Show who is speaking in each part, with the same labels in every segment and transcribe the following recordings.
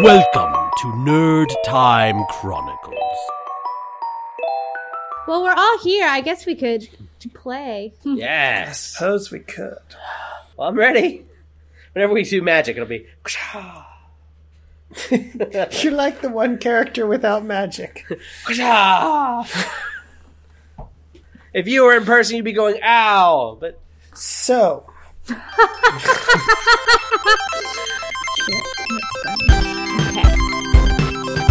Speaker 1: Welcome to Nerd Time Chronicles.
Speaker 2: Well, we're all here. I guess we could play.
Speaker 3: Yes.
Speaker 4: Suppose we could.
Speaker 3: Well, I'm ready. Whenever we do magic, it'll be.
Speaker 4: You're like the one character without magic.
Speaker 3: "Ah!" if you were in person, you'd be going, ow. But
Speaker 4: So,
Speaker 2: Okay.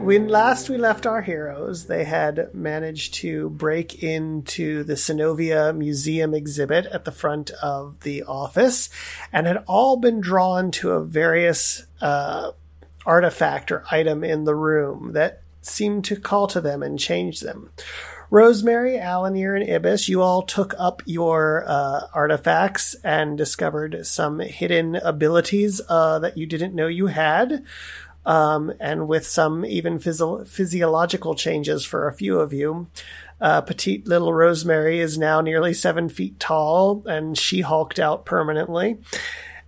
Speaker 4: when last we left our heroes, they had managed to break into the Synovia Museum exhibit at the front of the office and had all been drawn to a various uh, artifact or item in the room that seemed to call to them and change them. Rosemary, Alanir, and Ibis, you all took up your uh, artifacts and discovered some hidden abilities uh, that you didn't know you had, um, and with some even physio- physiological changes for a few of you. Uh, petite little Rosemary is now nearly seven feet tall, and she hulked out permanently.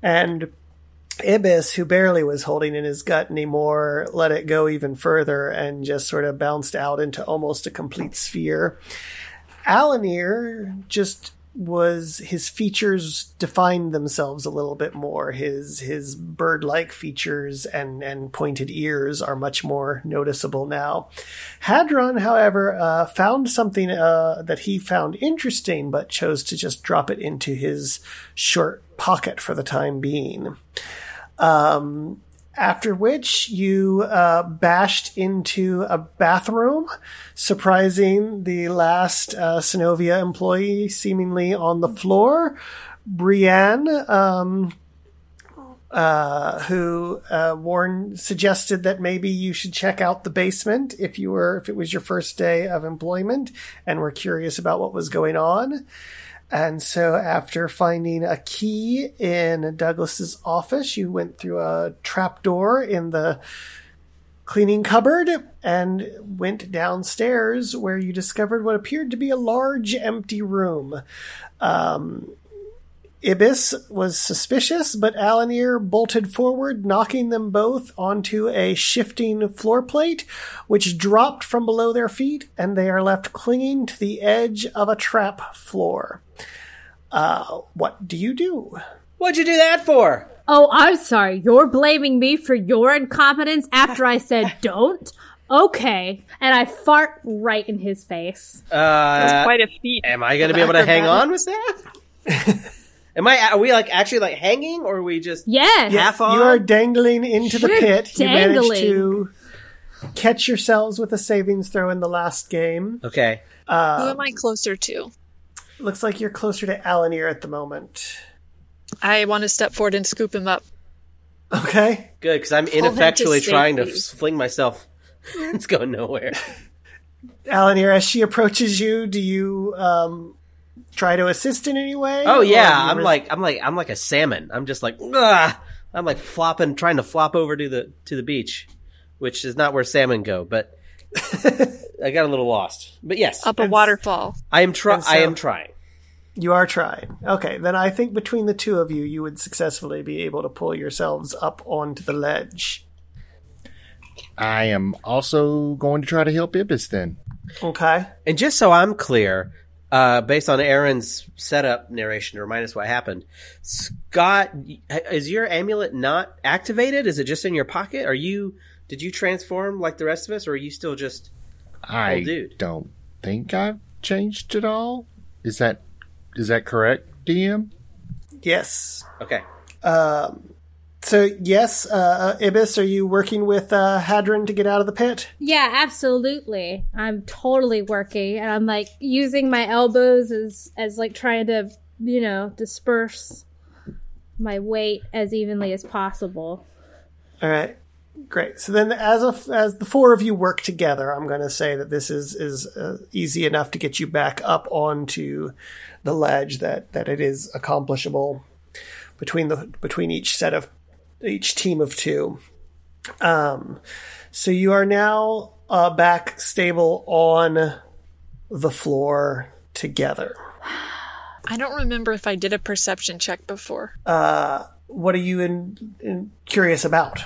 Speaker 4: And Ibis, who barely was holding in his gut anymore, let it go even further and just sort of bounced out into almost a complete sphere. Alanir just was his features defined themselves a little bit more. His his bird like features and and pointed ears are much more noticeable now. Hadron, however, uh, found something uh, that he found interesting, but chose to just drop it into his short pocket for the time being. Um, after which you uh, bashed into a bathroom, surprising the last uh, Synovia employee seemingly on the floor. Brienne, um, uh, who uh, warned, suggested that maybe you should check out the basement if you were if it was your first day of employment and were curious about what was going on. And so, after finding a key in Douglas's office, you went through a trapdoor in the cleaning cupboard and went downstairs where you discovered what appeared to be a large empty room. Um, Ibis was suspicious, but Alanir bolted forward, knocking them both onto a shifting floor plate, which dropped from below their feet, and they are left clinging to the edge of a trap floor. Uh, what do you do?
Speaker 3: what'd you do that for?
Speaker 2: Oh, I'm sorry. You're blaming me for your incompetence after I said don't? Okay. And I fart right in his face.
Speaker 3: Uh,
Speaker 5: That's quite a feat.
Speaker 3: am I going to be able to hang on with that? am I? Are we like actually like hanging, or are we just?
Speaker 2: Yes.
Speaker 3: Yeah. Half on?
Speaker 4: You are dangling into the
Speaker 2: You're
Speaker 4: pit. You
Speaker 2: dangling.
Speaker 4: managed to catch yourselves with a savings throw in the last game.
Speaker 3: Okay.
Speaker 5: Who am I closer to?
Speaker 4: Looks like you're closer to Alanir at the moment.
Speaker 5: I want to step forward and scoop him up.
Speaker 4: Okay.
Speaker 3: Good, because I'm
Speaker 5: to
Speaker 3: ineffectually trying to
Speaker 5: safety.
Speaker 3: fling myself. it's going nowhere.
Speaker 4: Alanir, as she approaches you, do you um, try to assist in any way?
Speaker 3: Oh
Speaker 4: Or
Speaker 3: yeah,
Speaker 4: do you
Speaker 3: I'm
Speaker 4: res-
Speaker 3: like I'm like I'm like a salmon. I'm just like "Ugh." I'm like flopping, trying to flop over to the to the beach, which is not where salmon go. But I got a little lost. But yes,
Speaker 5: Up a waterfall.
Speaker 3: I am trying.
Speaker 4: and so-
Speaker 3: I am trying.
Speaker 4: you are trying. Okay, then I think between the two of you, you would successfully be able to pull yourselves up onto the ledge.
Speaker 6: I am also going to try to help Ibis then.
Speaker 4: Okay.
Speaker 3: And just so I'm clear, uh, based on Aaron's setup narration to remind us what happened. Scott, is your amulet not activated? Is it just in your pocket? Are you? Did you transform like the rest of us, or are you still just?
Speaker 6: I
Speaker 3: Well, dude.
Speaker 6: don't think I've changed at all. Is that is that correct, DM?
Speaker 4: Yes.
Speaker 3: Okay.
Speaker 4: Um, So yes, uh, uh, Ibis, are you working with uh, Hadron to get out of the pit?
Speaker 2: Yeah, absolutely. I'm totally working and I'm like using my elbows as as like trying to, you know, disperse my weight as evenly as possible.
Speaker 4: All right, great. So then, as a, as the four of you work together, I'm going to say that this is is uh, easy enough to get you back up onto the ledge. That that it is accomplishable between the between each set of each team of two. Um, so you are now uh, back stable on the floor together.
Speaker 5: I don't remember if I did a perception check before.
Speaker 4: What are you in, in curious about?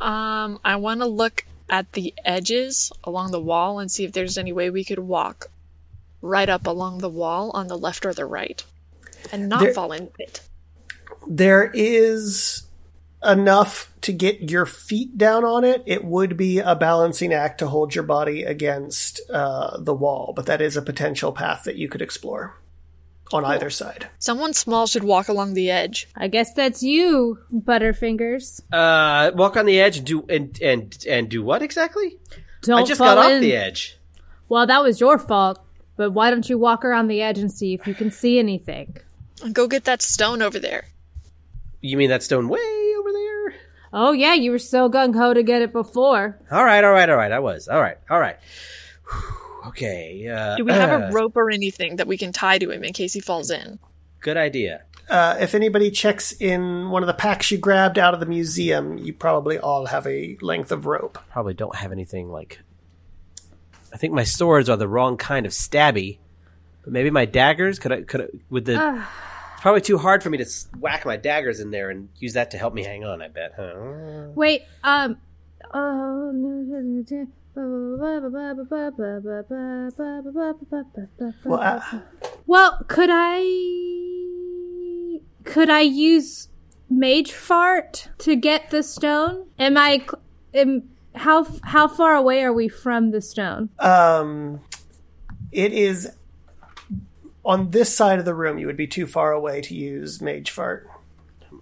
Speaker 5: Um, I want to look at the edges along the wall and see if there's any way we could walk right up along the wall on the left or the right and not fall in it.
Speaker 4: there is enough to get your feet down on it. It would be a balancing act to hold your body against uh, the wall, but that is a potential path that you could explore on either side.
Speaker 5: Someone small should walk along the edge.
Speaker 2: I guess that's you, Butterfingers.
Speaker 3: Uh, walk on the edge and do and and and do what exactly?
Speaker 2: Don't
Speaker 3: I just
Speaker 2: fall
Speaker 3: got off
Speaker 2: in.
Speaker 3: the edge.
Speaker 2: Well, that was your fault, but why don't you walk around the edge and see if you can see anything?
Speaker 5: Go get that stone over there.
Speaker 3: You mean that stone way over there?
Speaker 2: Oh yeah, you were so gung ho to get it before.
Speaker 3: All right, all right, all right. I was. All right, all right. Whew, okay. Uh,
Speaker 5: Do we have
Speaker 3: uh,
Speaker 5: a rope or anything that we can tie to him in case he falls in?
Speaker 3: good idea?
Speaker 4: Uh, if anybody checks in one of the packs you grabbed out of the museum, you probably all have a length of rope.
Speaker 3: probably don't have anything like. I think my swords are the wrong kind of stabby, but maybe my daggers could I could I, with the. It's probably too hard for me to s- whack my daggers in there and use that to help me hang on. I bet. Huh?
Speaker 2: Wait, um oh no.
Speaker 4: Well, uh,
Speaker 2: Well, could I could I use mage fart to get the stone? Am I am how how far away are we from the stone?
Speaker 4: um, it is on this side of the room. You would be too far away to use Mage Fart.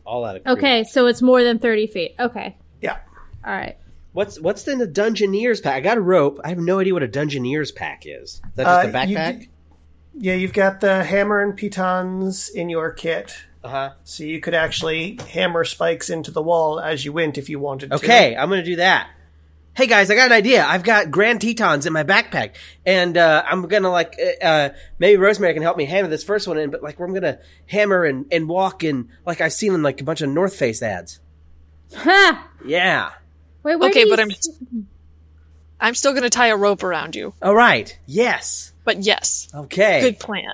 Speaker 3: All out of cream.
Speaker 2: Okay, so it's more than 30 feet. Okay.
Speaker 4: Yeah.
Speaker 2: All right.
Speaker 3: What's what's in the Dungeoneers pack? I got a rope. I have no idea what a Dungeoneers pack is. Is that just a
Speaker 4: Uh, you
Speaker 3: backpack?
Speaker 4: d- yeah, you've got the hammer and pitons in your kit,
Speaker 3: uh huh.
Speaker 4: so you could actually hammer spikes into the wall as you went if you wanted to.
Speaker 3: Okay, I'm gonna do that. Hey guys, I got an idea. I've got Grand Tetons in my backpack, and uh, I'm gonna like uh, uh, maybe Rosemary can help me hammer this first one in. But like, I'm gonna hammer and, and walk and like I've seen in like a bunch of North Face ads.
Speaker 2: Ha!
Speaker 3: Yeah.
Speaker 2: Wait, where
Speaker 5: okay,
Speaker 2: do you
Speaker 5: but I'm I'm still going to tie a rope around you.
Speaker 3: All right. Yes.
Speaker 5: But yes,
Speaker 3: Okay.
Speaker 5: good plan.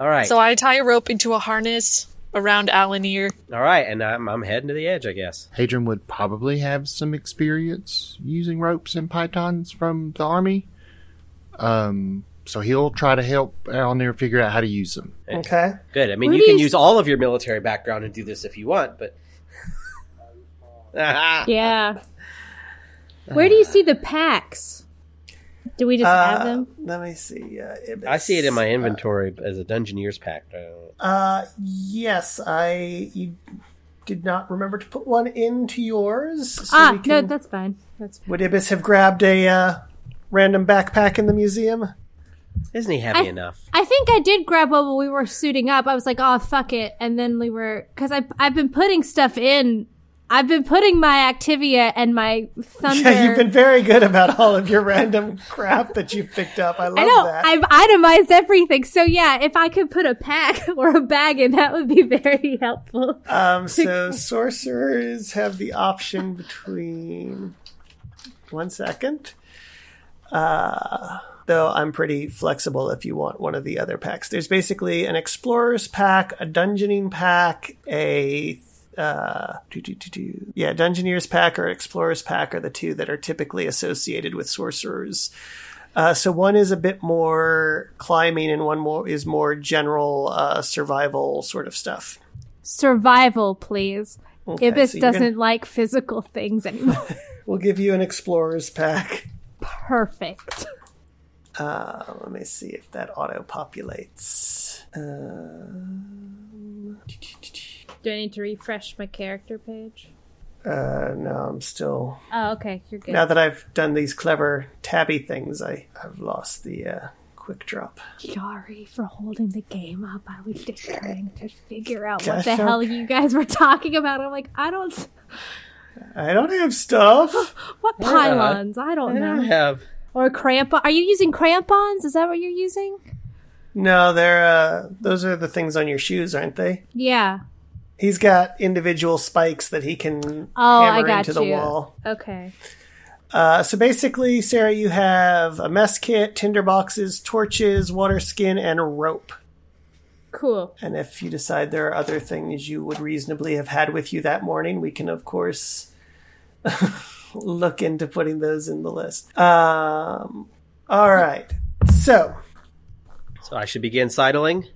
Speaker 3: All right.
Speaker 5: So I tie a rope into a harness around Alanir.
Speaker 3: All right. And I'm I'm heading to the edge, I guess.
Speaker 6: Hadrian would probably have some experience using ropes and pythons from the army. Um, so he'll try to help Alnir figure out how to use them.
Speaker 4: Okay.
Speaker 3: Good. I mean,
Speaker 2: Where
Speaker 3: you
Speaker 2: do
Speaker 3: can
Speaker 2: you-
Speaker 3: use all of your military background and do this if you want, but.
Speaker 2: Yeah. Where do you see the packs? Do we just have
Speaker 4: Uh,
Speaker 2: them?
Speaker 4: Let me see. Uh, Ibis.
Speaker 3: I see it in my inventory as a Dungeoneers pack. Uh,
Speaker 4: Uh, yes, I you did not remember to put one into yours. So we
Speaker 2: ah,
Speaker 4: can,
Speaker 2: no, that's fine. That's fine.
Speaker 4: would Ibis have grabbed a uh, random backpack in the museum?
Speaker 3: Isn't he heavy
Speaker 2: I-
Speaker 3: enough?
Speaker 2: I think I did grab one when we were suiting up. I was like, "Oh fuck it," and then we were because I I've been putting stuff in. I've been putting my Activia and my Thunder.
Speaker 4: Yeah, you've been very good about all of your random crap that you've picked up. I love
Speaker 2: I know.
Speaker 4: that.
Speaker 2: I've itemized everything. So yeah, if I could put a pack or a bag in, that would be very helpful.
Speaker 4: Um, so sorcerers have the option between one second. Uh, though I'm pretty flexible if you want one of the other packs. There's basically an explorer's pack, a dungeoning pack, a uh, do, do, do, do. yeah, dungeoneer's pack or explorer's pack are the two that are typically associated with sorcerers. Uh, so one is a bit more climbing, and one more is more general uh, survival sort of stuff.
Speaker 2: Survival, please.
Speaker 4: Okay,
Speaker 2: Ibis
Speaker 4: so you're
Speaker 2: doesn't
Speaker 4: gonna-
Speaker 2: like physical things anymore.
Speaker 4: We'll give you an explorer's pack.
Speaker 2: Perfect.
Speaker 4: Uh, let me see if that Uh, auto populates. Um,
Speaker 2: Do I need to refresh my character page?
Speaker 4: uh, no, I'm still.
Speaker 2: Oh, okay. You're good.
Speaker 4: Now that I've done these clever tabby things, I, I've lost the uh, quick drop.
Speaker 2: Sorry for holding the game up. I was just trying to figure out
Speaker 4: That's
Speaker 2: what the hell
Speaker 4: okay.
Speaker 2: you guys were talking about. I'm like, I don't.
Speaker 4: I don't have stuff.
Speaker 2: What pylons? I
Speaker 3: I
Speaker 2: don't
Speaker 3: don't
Speaker 2: know.
Speaker 3: have.
Speaker 2: Or crampon? Are you using crampons? Is that what you're using?
Speaker 4: No, they're uh, those are the things on your shoes, aren't they?
Speaker 2: Yeah.
Speaker 4: He's got individual spikes that he can
Speaker 2: Oh, I
Speaker 4: hammer
Speaker 2: got
Speaker 4: into the
Speaker 2: you.
Speaker 4: wall.
Speaker 2: Okay.
Speaker 4: Uh, so basically, Sarah, you have a mess kit, tinder boxes, torches, water skin, and rope.
Speaker 2: Cool.
Speaker 4: And if you decide there are other things you would reasonably have had with you that morning, we can, of course, look into putting those in the list. Um, all right. So
Speaker 3: So I should begin sidling.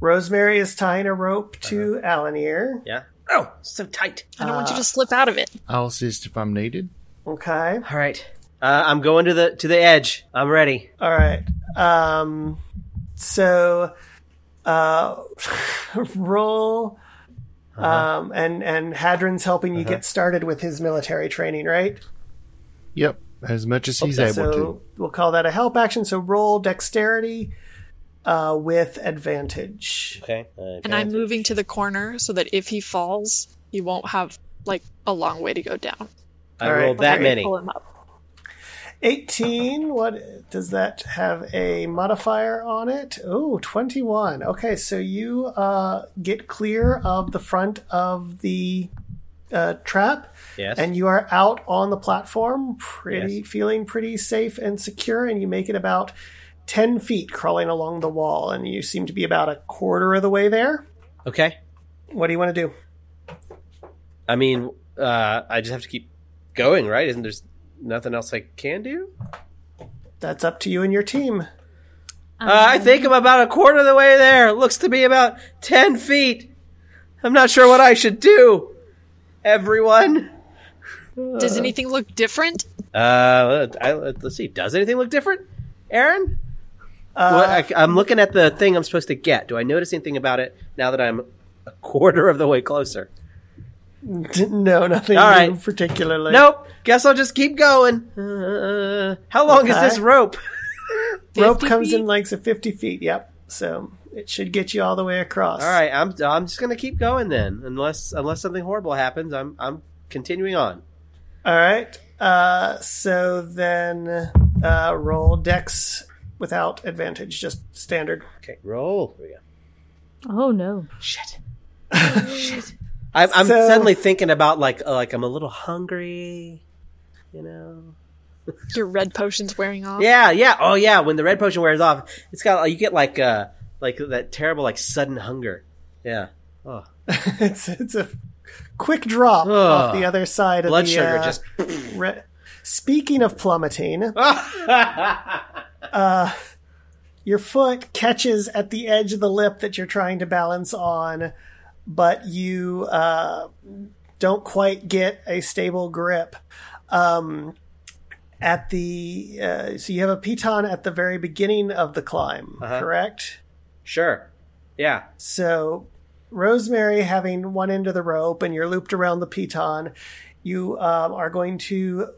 Speaker 4: Rosemary is tying a rope to Alan here.
Speaker 3: Yeah. Oh, so tight.
Speaker 5: I don't want you to
Speaker 4: Ah.
Speaker 5: slip out of it.
Speaker 6: I'll assist if I'm needed.
Speaker 4: Okay.
Speaker 3: All right. Uh, I'm going to the to the edge. I'm ready.
Speaker 4: All right. Um, so uh, roll. Um, and and Hadron's helping you get started with his military training, right?
Speaker 6: Yep, as much as he's able
Speaker 4: so
Speaker 6: to.
Speaker 4: we'll call that a help action. So roll dexterity uh, with advantage.
Speaker 3: Okay.
Speaker 5: And I'm moving to the corner so that if he falls, he won't have like a long way to go down.
Speaker 3: I
Speaker 4: all right.
Speaker 3: rolled that
Speaker 4: Okay.
Speaker 3: many.
Speaker 5: Pull him up.
Speaker 4: Eighteen. What does that have a modifier on it? Oh, 21. Okay, so you uh, get clear of the front of the uh, trap.
Speaker 3: Yes.
Speaker 4: and you are out on the platform pretty
Speaker 3: Yes.
Speaker 4: feeling pretty safe and secure and you make it about 10 feet crawling along the wall and you seem to be about a quarter of the way there
Speaker 3: okay.
Speaker 4: what do you want to do
Speaker 3: I mean, uh, I just have to keep going, right? Isn't there's nothing else I can do?
Speaker 4: that's up to you and your team
Speaker 3: Uh, I think I'm about a quarter of the way there. Looks to be about 10 feet. I'm not sure what I should do. Everyone.
Speaker 5: Does
Speaker 4: Uh.
Speaker 5: anything look different?
Speaker 3: Uh, I, let's see. Does anything look different, Aaron? What- I, am looking at the thing I'm supposed to get. Do I notice anything about it now that I'm a quarter of the way closer?
Speaker 4: no nothing
Speaker 3: All right.
Speaker 4: particularly
Speaker 3: Nope. Guess I'll just keep going. Uh, how long is
Speaker 4: Okay.
Speaker 3: this rope?
Speaker 4: rope
Speaker 5: 50
Speaker 4: comes
Speaker 5: feet?
Speaker 4: in lengths of 50 feet yep so it should get you all the way across
Speaker 3: All right, I'm I'm just gonna keep going then, unless unless something horrible happens. I'm I'm continuing on.
Speaker 4: all right uh, so then uh, roll dex without advantage just standard
Speaker 3: Okay, roll. Here we go.
Speaker 2: Oh no.
Speaker 3: I'm, I'm
Speaker 4: So-
Speaker 3: suddenly thinking about like uh, like I'm a little hungry, you know.
Speaker 5: Your red potion's wearing off.
Speaker 3: Yeah, yeah. Oh yeah, when the red potion wears off, it's got you get like uh like that terrible like sudden hunger. Yeah. Oh,
Speaker 4: it's it's a quick drop off the other side of
Speaker 3: blood
Speaker 4: the
Speaker 3: sugar
Speaker 4: uh,
Speaker 3: just
Speaker 4: re- Speaking of plummeting, uh, your foot catches at the edge of the lip that you're trying to balance on, but you uh, don't quite get a stable grip. Um, at the uh, so you have a piton at the very beginning of the climb, correct?
Speaker 3: sure. Yeah.
Speaker 4: So, Rosemary having one end of the rope and you're looped around the piton, you um, are going to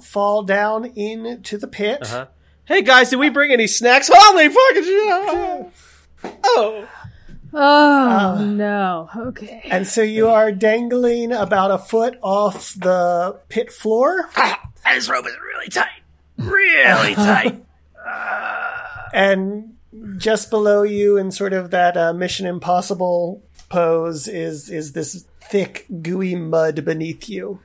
Speaker 4: fall down into the pit.
Speaker 3: Uh-huh. Hey guys, did we bring any snacks? Holy fucking shit! Oh.
Speaker 2: Oh no. Okay.
Speaker 4: And so you are dangling about a foot off the pit floor.
Speaker 3: This rope is really tight. Really tight.
Speaker 4: and just below you in sort of that uh, mission impossible pose is is this thick gooey mud beneath you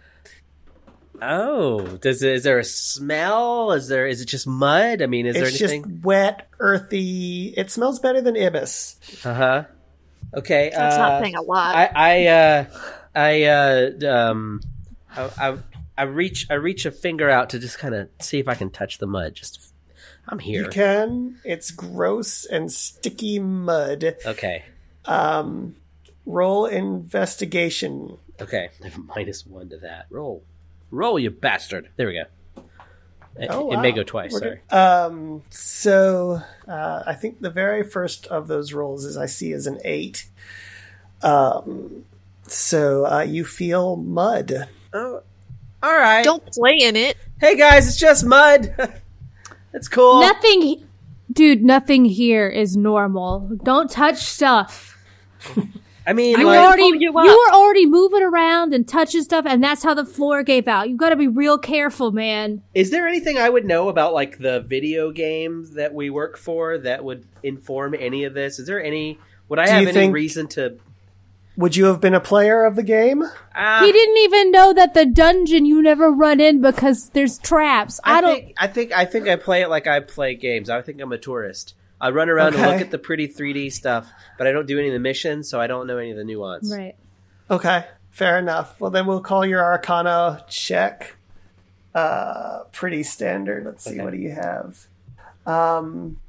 Speaker 3: Oh, does it, is there a smell? Is there is it just mud? I mean, is
Speaker 4: it's
Speaker 3: there
Speaker 4: just
Speaker 3: anything?
Speaker 4: wet earthy it smells better than ibis
Speaker 3: Uh
Speaker 4: Uh-huh.
Speaker 3: huh. Okay.
Speaker 5: That's
Speaker 3: uh,
Speaker 5: not saying a lot.
Speaker 3: I I uh, I uh, d- um I, I I reach I reach a finger out to just kind of see if I can touch the mud. Just I'm here.
Speaker 4: You can. It's gross and sticky mud.
Speaker 3: Okay.
Speaker 4: Roll investigation.
Speaker 3: Okay. I have a minus one to that. Roll. Roll, you bastard. There we go. It,
Speaker 4: Oh,
Speaker 3: it may
Speaker 4: wow.
Speaker 3: go twice.
Speaker 4: We're
Speaker 3: sorry.
Speaker 4: Um, so uh, I think the very first of those rolls is I see as an eight. Um, so uh, you feel mud. Uh,
Speaker 3: All right.
Speaker 5: Don't play in it.
Speaker 3: Hey, guys, it's just mud. It's cool.
Speaker 2: Nothing, he- dude. Nothing here is normal. Don't touch stuff.
Speaker 3: I mean,
Speaker 2: You
Speaker 3: like,
Speaker 2: already
Speaker 5: pull
Speaker 2: you,
Speaker 5: you up.
Speaker 2: were already moving around and touching stuff, and that's how the floor gave out. You got to be real careful, man.
Speaker 3: is there anything I would know about, like, the video games that we work for that would inform any of this? Is there any. Would I
Speaker 4: Do
Speaker 3: have
Speaker 4: you
Speaker 3: any
Speaker 4: think-
Speaker 3: reason to.
Speaker 4: Would you have been a player of the game?
Speaker 3: Ah,
Speaker 2: He didn't even know that the dungeon you never run in because there's traps. I, don't.
Speaker 3: Think, I think I think I play it like I play games. I think I'm a tourist. I run around and look
Speaker 4: Okay.
Speaker 3: at the pretty 3D stuff, but I don't do any of the missions, so I don't know any of the nuance.
Speaker 2: Right.
Speaker 4: Okay, fair enough. Well, then we'll call your Arcana check. Uh, pretty standard. Let's see,
Speaker 3: Okay.
Speaker 4: what do you have? Um,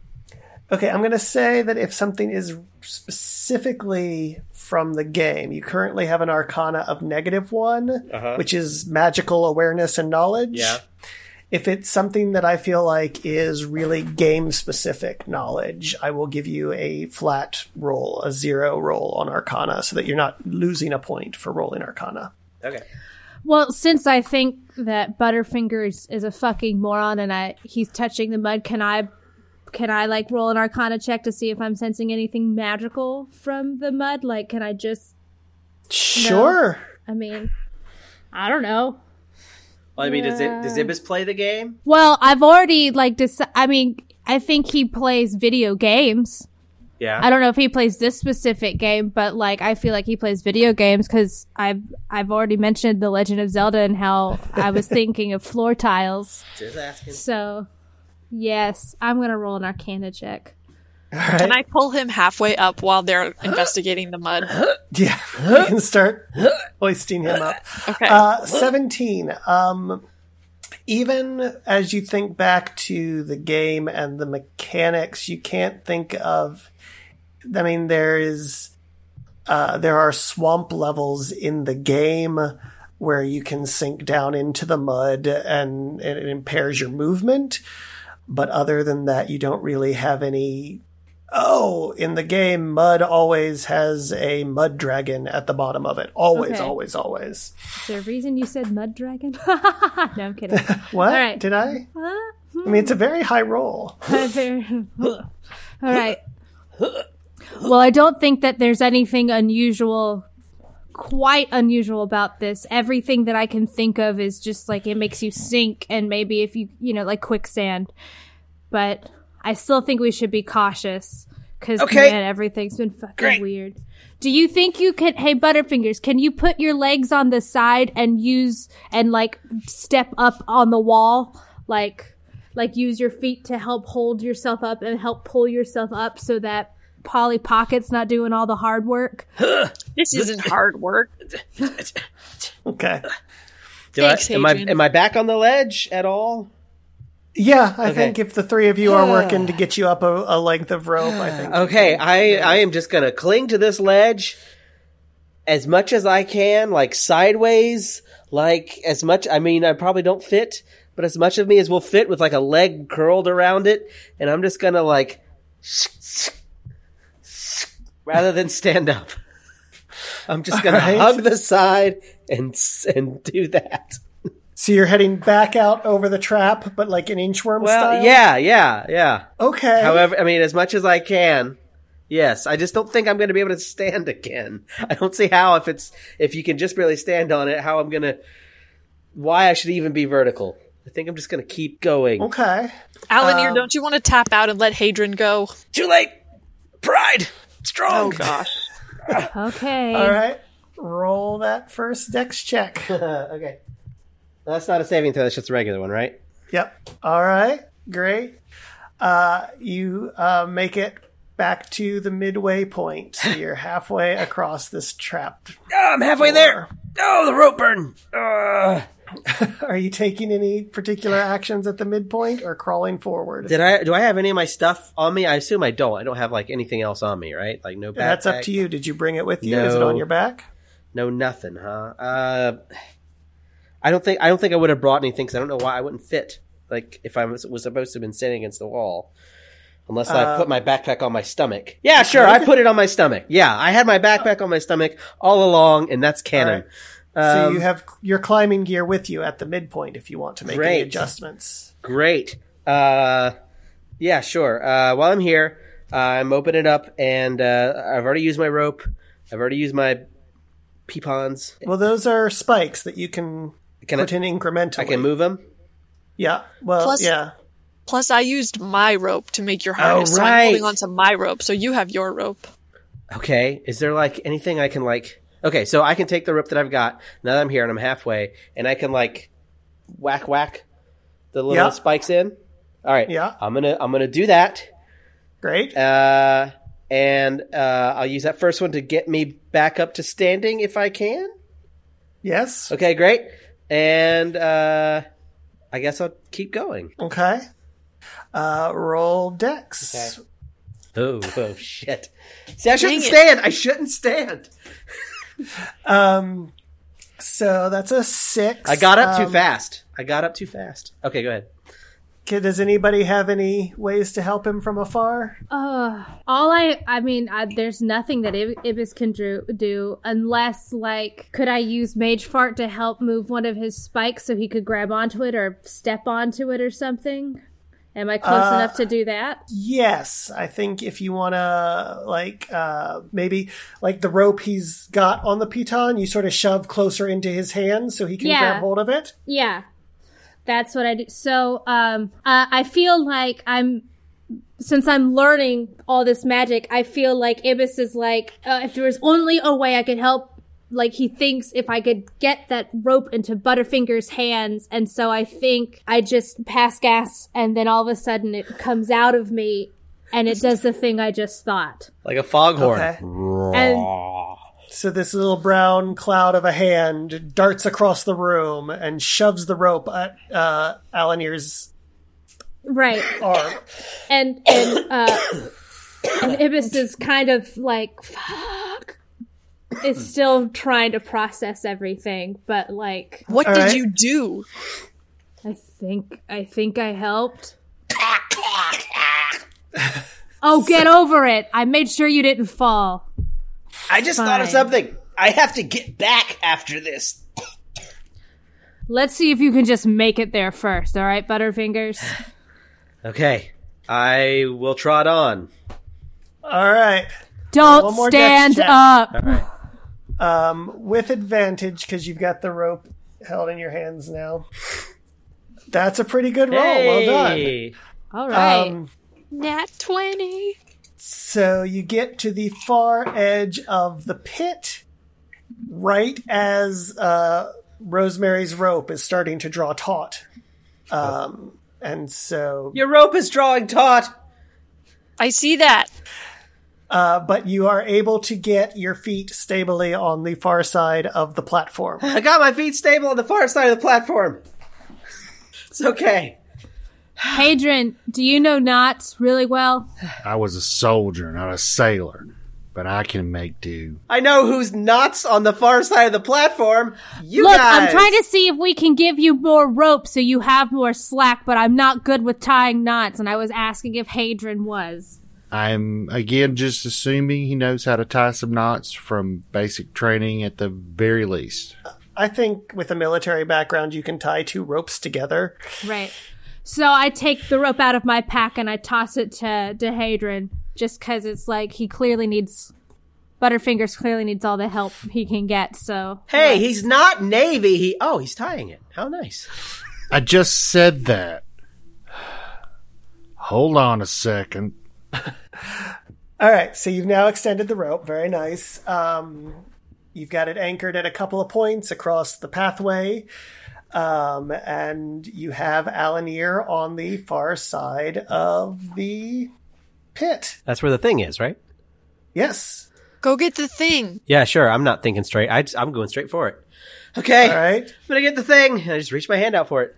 Speaker 4: okay, I'm going to say that if something is specifically from the game, you currently have an Arcana of negative one, which is magical awareness and knowledge.
Speaker 3: Uh-huh. Yeah.
Speaker 4: If it's something that I feel like is really game specific knowledge, I will give you a flat roll, a zero roll on Arcana, so that you're not losing a point for rolling Arcana.
Speaker 3: Okay.
Speaker 2: Well, since I think that Butterfinger is, is a fucking moron and I he's touching the mud, can I can I like roll an Arcana check to see if I'm sensing anything magical from the mud? Like, can I just?
Speaker 4: Sure.
Speaker 2: I mean, I don't know.
Speaker 3: Well, I mean, does it does Ibis play the game?
Speaker 2: Well, I've already like decided. I mean, I think he plays video games.
Speaker 3: Yeah.
Speaker 2: I don't know if he plays this specific game, but like I feel like he plays video games because I've I've already mentioned the Legend of Zelda and how I was thinking of floor tiles.
Speaker 3: Just asking.
Speaker 2: So, yes, I'm gonna roll an Arcana check.
Speaker 5: Can I pull him halfway up while they're investigating the mud?
Speaker 4: Yeah. you can start hoisting him up.
Speaker 5: Okay.
Speaker 4: Uh, 17. Um, even as you think back to the game and the mechanics, you can't think of. I mean, there is. Uh, there are swamp levels in the game where you can sink down into the mud and it impairs your movement. But other than that, you don't really have any. Oh, in the game, mud always has a mud dragon at the bottom of it. Always,
Speaker 2: Okay.
Speaker 4: always, always.
Speaker 2: Is there a reason you said mud dragon? no, I'm kidding.
Speaker 4: What
Speaker 2: All right. Uh-huh.
Speaker 4: did I?
Speaker 2: Huh?
Speaker 4: I mean, it's a very high roll.
Speaker 2: All right. Well, I don't think that there's anything unusual, quite unusual about this. Everything that I can think of is just like it makes you sink, and maybe if you, you know, like quicksand. But I still think we should be cautious because
Speaker 3: Okay.
Speaker 2: man, everything's been fucking weird. Do you think you can? Hey, Butterfingers, can you put your legs on the side and use and like step up on the wall, like like use your feet to help hold yourself up and help pull yourself up so that Polly Pocket's not doing all the hard work?
Speaker 5: this isn't hard work.
Speaker 4: Okay.
Speaker 3: Do I,
Speaker 5: Thanks,
Speaker 3: am I
Speaker 5: Adrian.
Speaker 3: am I back on the ledge at all?
Speaker 4: Yeah, I
Speaker 3: Okay.
Speaker 4: think if the three of you are working to get you up a, a length of rope, I think.
Speaker 3: Okay, I I am just gonna cling to this ledge as much as I can, like sideways, like as much. I mean, I probably don't fit, but as much of me as will fit with like a leg curled around it, and I'm just gonna like rather than stand up. I'm just gonna
Speaker 4: Alright.
Speaker 3: hug the side and s- and do that.
Speaker 4: So you're heading back out over the trap, but like an inchworm
Speaker 3: Well,
Speaker 4: style.
Speaker 3: yeah, yeah, yeah.
Speaker 4: Okay.
Speaker 3: However, I mean, as much as I can. Yes, I just don't think I'm going to be able to stand again. I don't see how if it's if you can just barely stand on it, how I'm going to why I should even be vertical. I think I'm just going to keep going.
Speaker 4: okay.
Speaker 5: Alan,
Speaker 4: Um,
Speaker 5: here, don't you want to tap out and let Hadron go?
Speaker 3: Too late. Pride. Strong.
Speaker 2: Okay.
Speaker 4: All right. Roll that first dex check.
Speaker 3: Uh, okay. That's not a saving throw. That's just a regular one, right?
Speaker 4: yep. All right. Great. Uh, you uh, make it back to the midway point. So you're halfway across this trap.
Speaker 3: Oh, I'm halfway there. Oh, the rope burn. Uh,
Speaker 4: Are you taking any particular actions at the midpoint or crawling forward?
Speaker 3: did I? Do I have any of my stuff on me? I assume I don't. I don't have like anything else on me, right? Like no. Backpack,
Speaker 4: That's up to you. Did you bring it with you? Is it
Speaker 3: No.
Speaker 4: on your back?
Speaker 3: No, nothing, huh? Uh, I don't think I don't think I would have brought anything because I don't know why I wouldn't fit. Like if I was, was supposed to have been standing against the wall, unless I put my backpack on my stomach. Yeah, sure, I put it on my stomach. Yeah, I had my backpack on my stomach all along, and that's canon.
Speaker 4: So
Speaker 3: Um,
Speaker 4: you have your climbing gear with you at the midpoint if you want to make any
Speaker 3: Great.
Speaker 4: adjustments.
Speaker 3: Great. Uh, yeah, sure. Uh, while I'm here, I'm opening it up, and uh, I've already used my rope. I've already used my peepons.
Speaker 4: Well, those are spikes that you can,
Speaker 3: Can
Speaker 4: put
Speaker 3: I,
Speaker 4: in incrementally.
Speaker 3: I can move them.
Speaker 4: Yeah. Well,
Speaker 5: Plus-
Speaker 4: yeah.
Speaker 5: Plus, I used my rope to make your harness, so
Speaker 3: right.
Speaker 5: I'm holding on to my rope. So you have your rope.
Speaker 3: Okay. Is there like anything I can like? Okay, so I can take the rope that I've got now that I'm here and I'm halfway, and I can like whack whack the little
Speaker 4: Yeah.
Speaker 3: spikes in. All right.
Speaker 4: Yeah.
Speaker 3: I'm gonna I'm gonna do that,
Speaker 4: Great.
Speaker 3: uh, and uh, I'll use that first one to get me back up to standing if I can.
Speaker 4: yes.
Speaker 3: Okay, great. And uh, I guess I'll keep going.
Speaker 4: Okay. Uh, roll dex.
Speaker 3: Oh, oh shit! See, I shouldn't
Speaker 5: Dang it.
Speaker 3: stand. I shouldn't stand.
Speaker 4: Um, so that's a six.
Speaker 3: I got up too
Speaker 4: Um,
Speaker 3: fast. I got up too fast. Okay, go ahead.
Speaker 4: Kid, does anybody have any ways to help him from afar?
Speaker 2: Uh, all I, I mean, I, there's nothing that Ib- Ibis can do, do unless, like, could I use Mage Fart to help move one of his spikes so he could grab onto it or step onto it or something? Am I close
Speaker 4: Uh,
Speaker 2: enough to do that?
Speaker 4: Yes, I think if you want to, like, uh, maybe like the rope he's got on the piton, you sort of shove closer into his hand so he can
Speaker 2: Yeah.
Speaker 4: grab hold of it.
Speaker 2: Yeah, that's what I do. So, um, uh, I feel like I'm. Since I'm learning all this magic, I feel like Ibis is like, uh, if there was only a way I could help, like he thinks if I could get that rope into Butterfinger's hands, and so I think I just pass gas, and then all of a sudden it comes out of me, and it does the thing I just thought.
Speaker 3: Like a foghorn.
Speaker 4: Okay.
Speaker 2: And
Speaker 4: So this little brown cloud of a hand darts across the room and shoves the rope at uh, Alanir's
Speaker 2: right,
Speaker 4: arm.
Speaker 2: and and uh and ibis is kind of like fuck is still trying to process everything but like
Speaker 5: What
Speaker 4: All
Speaker 5: did
Speaker 4: right.
Speaker 5: you do?
Speaker 2: i think i think i helped oh get over it i made sure you didn't fall
Speaker 3: I just thought of
Speaker 2: Fine.
Speaker 3: something. I have to get back after this.
Speaker 2: let's see if you can just make it there first all right butterfingers
Speaker 3: Okay. I will trot on.
Speaker 4: All right.
Speaker 2: don't
Speaker 4: more dex
Speaker 2: stand
Speaker 4: check.
Speaker 2: up
Speaker 4: Um, with advantage because you've got the rope held in your hands now. That's a pretty good
Speaker 3: Oh,
Speaker 4: roll. Well done.
Speaker 3: Hey.
Speaker 2: all right
Speaker 4: Um,
Speaker 5: Nat 20.
Speaker 4: So you get to the far edge of the pit, right as uh, Rosemary's rope is starting to draw taut. Um, and so,
Speaker 3: Your rope is drawing taut.
Speaker 5: I see that.
Speaker 4: uh, but you are able to get your feet stably on the far side of the platform.
Speaker 3: I got my feet stable on the far side of the platform. It's okay.
Speaker 2: hadrian do you know knots really well
Speaker 6: I was a soldier, not a sailor, but I can make do.
Speaker 3: I know who's nuts on the far side of the platform. You
Speaker 2: Look, I'm
Speaker 3: guys.
Speaker 2: trying to see if we can give you more rope so you have more slack, but I'm not good with tying knots, and I was asking if Hadrian was.
Speaker 6: I'm again just assuming he knows how to tie some knots from basic training at the very least.
Speaker 4: I think with a military background, you can tie two ropes together.
Speaker 2: Right. So I take the rope out of my pack and I toss it to, to Hadrian just because it's like he clearly needs. Butterfingers clearly needs all the help he can get, so.
Speaker 3: Hey, he's not navy. He oh, he's tying it. How nice.
Speaker 6: I just said that. Hold on a second.
Speaker 4: All right, so you've now extended the rope. Very nice. Um, you've got it anchored at a couple of points across the pathway. Um, and you have Alanir on the far side of the pit.
Speaker 3: That's where the thing is, right?
Speaker 4: Yes.
Speaker 5: Go get the thing.
Speaker 3: Yeah, sure. I'm not thinking straight. I am going straight for it. Okay.
Speaker 4: All right.
Speaker 3: I'm going to get the thing. And I just reach my hand out for it.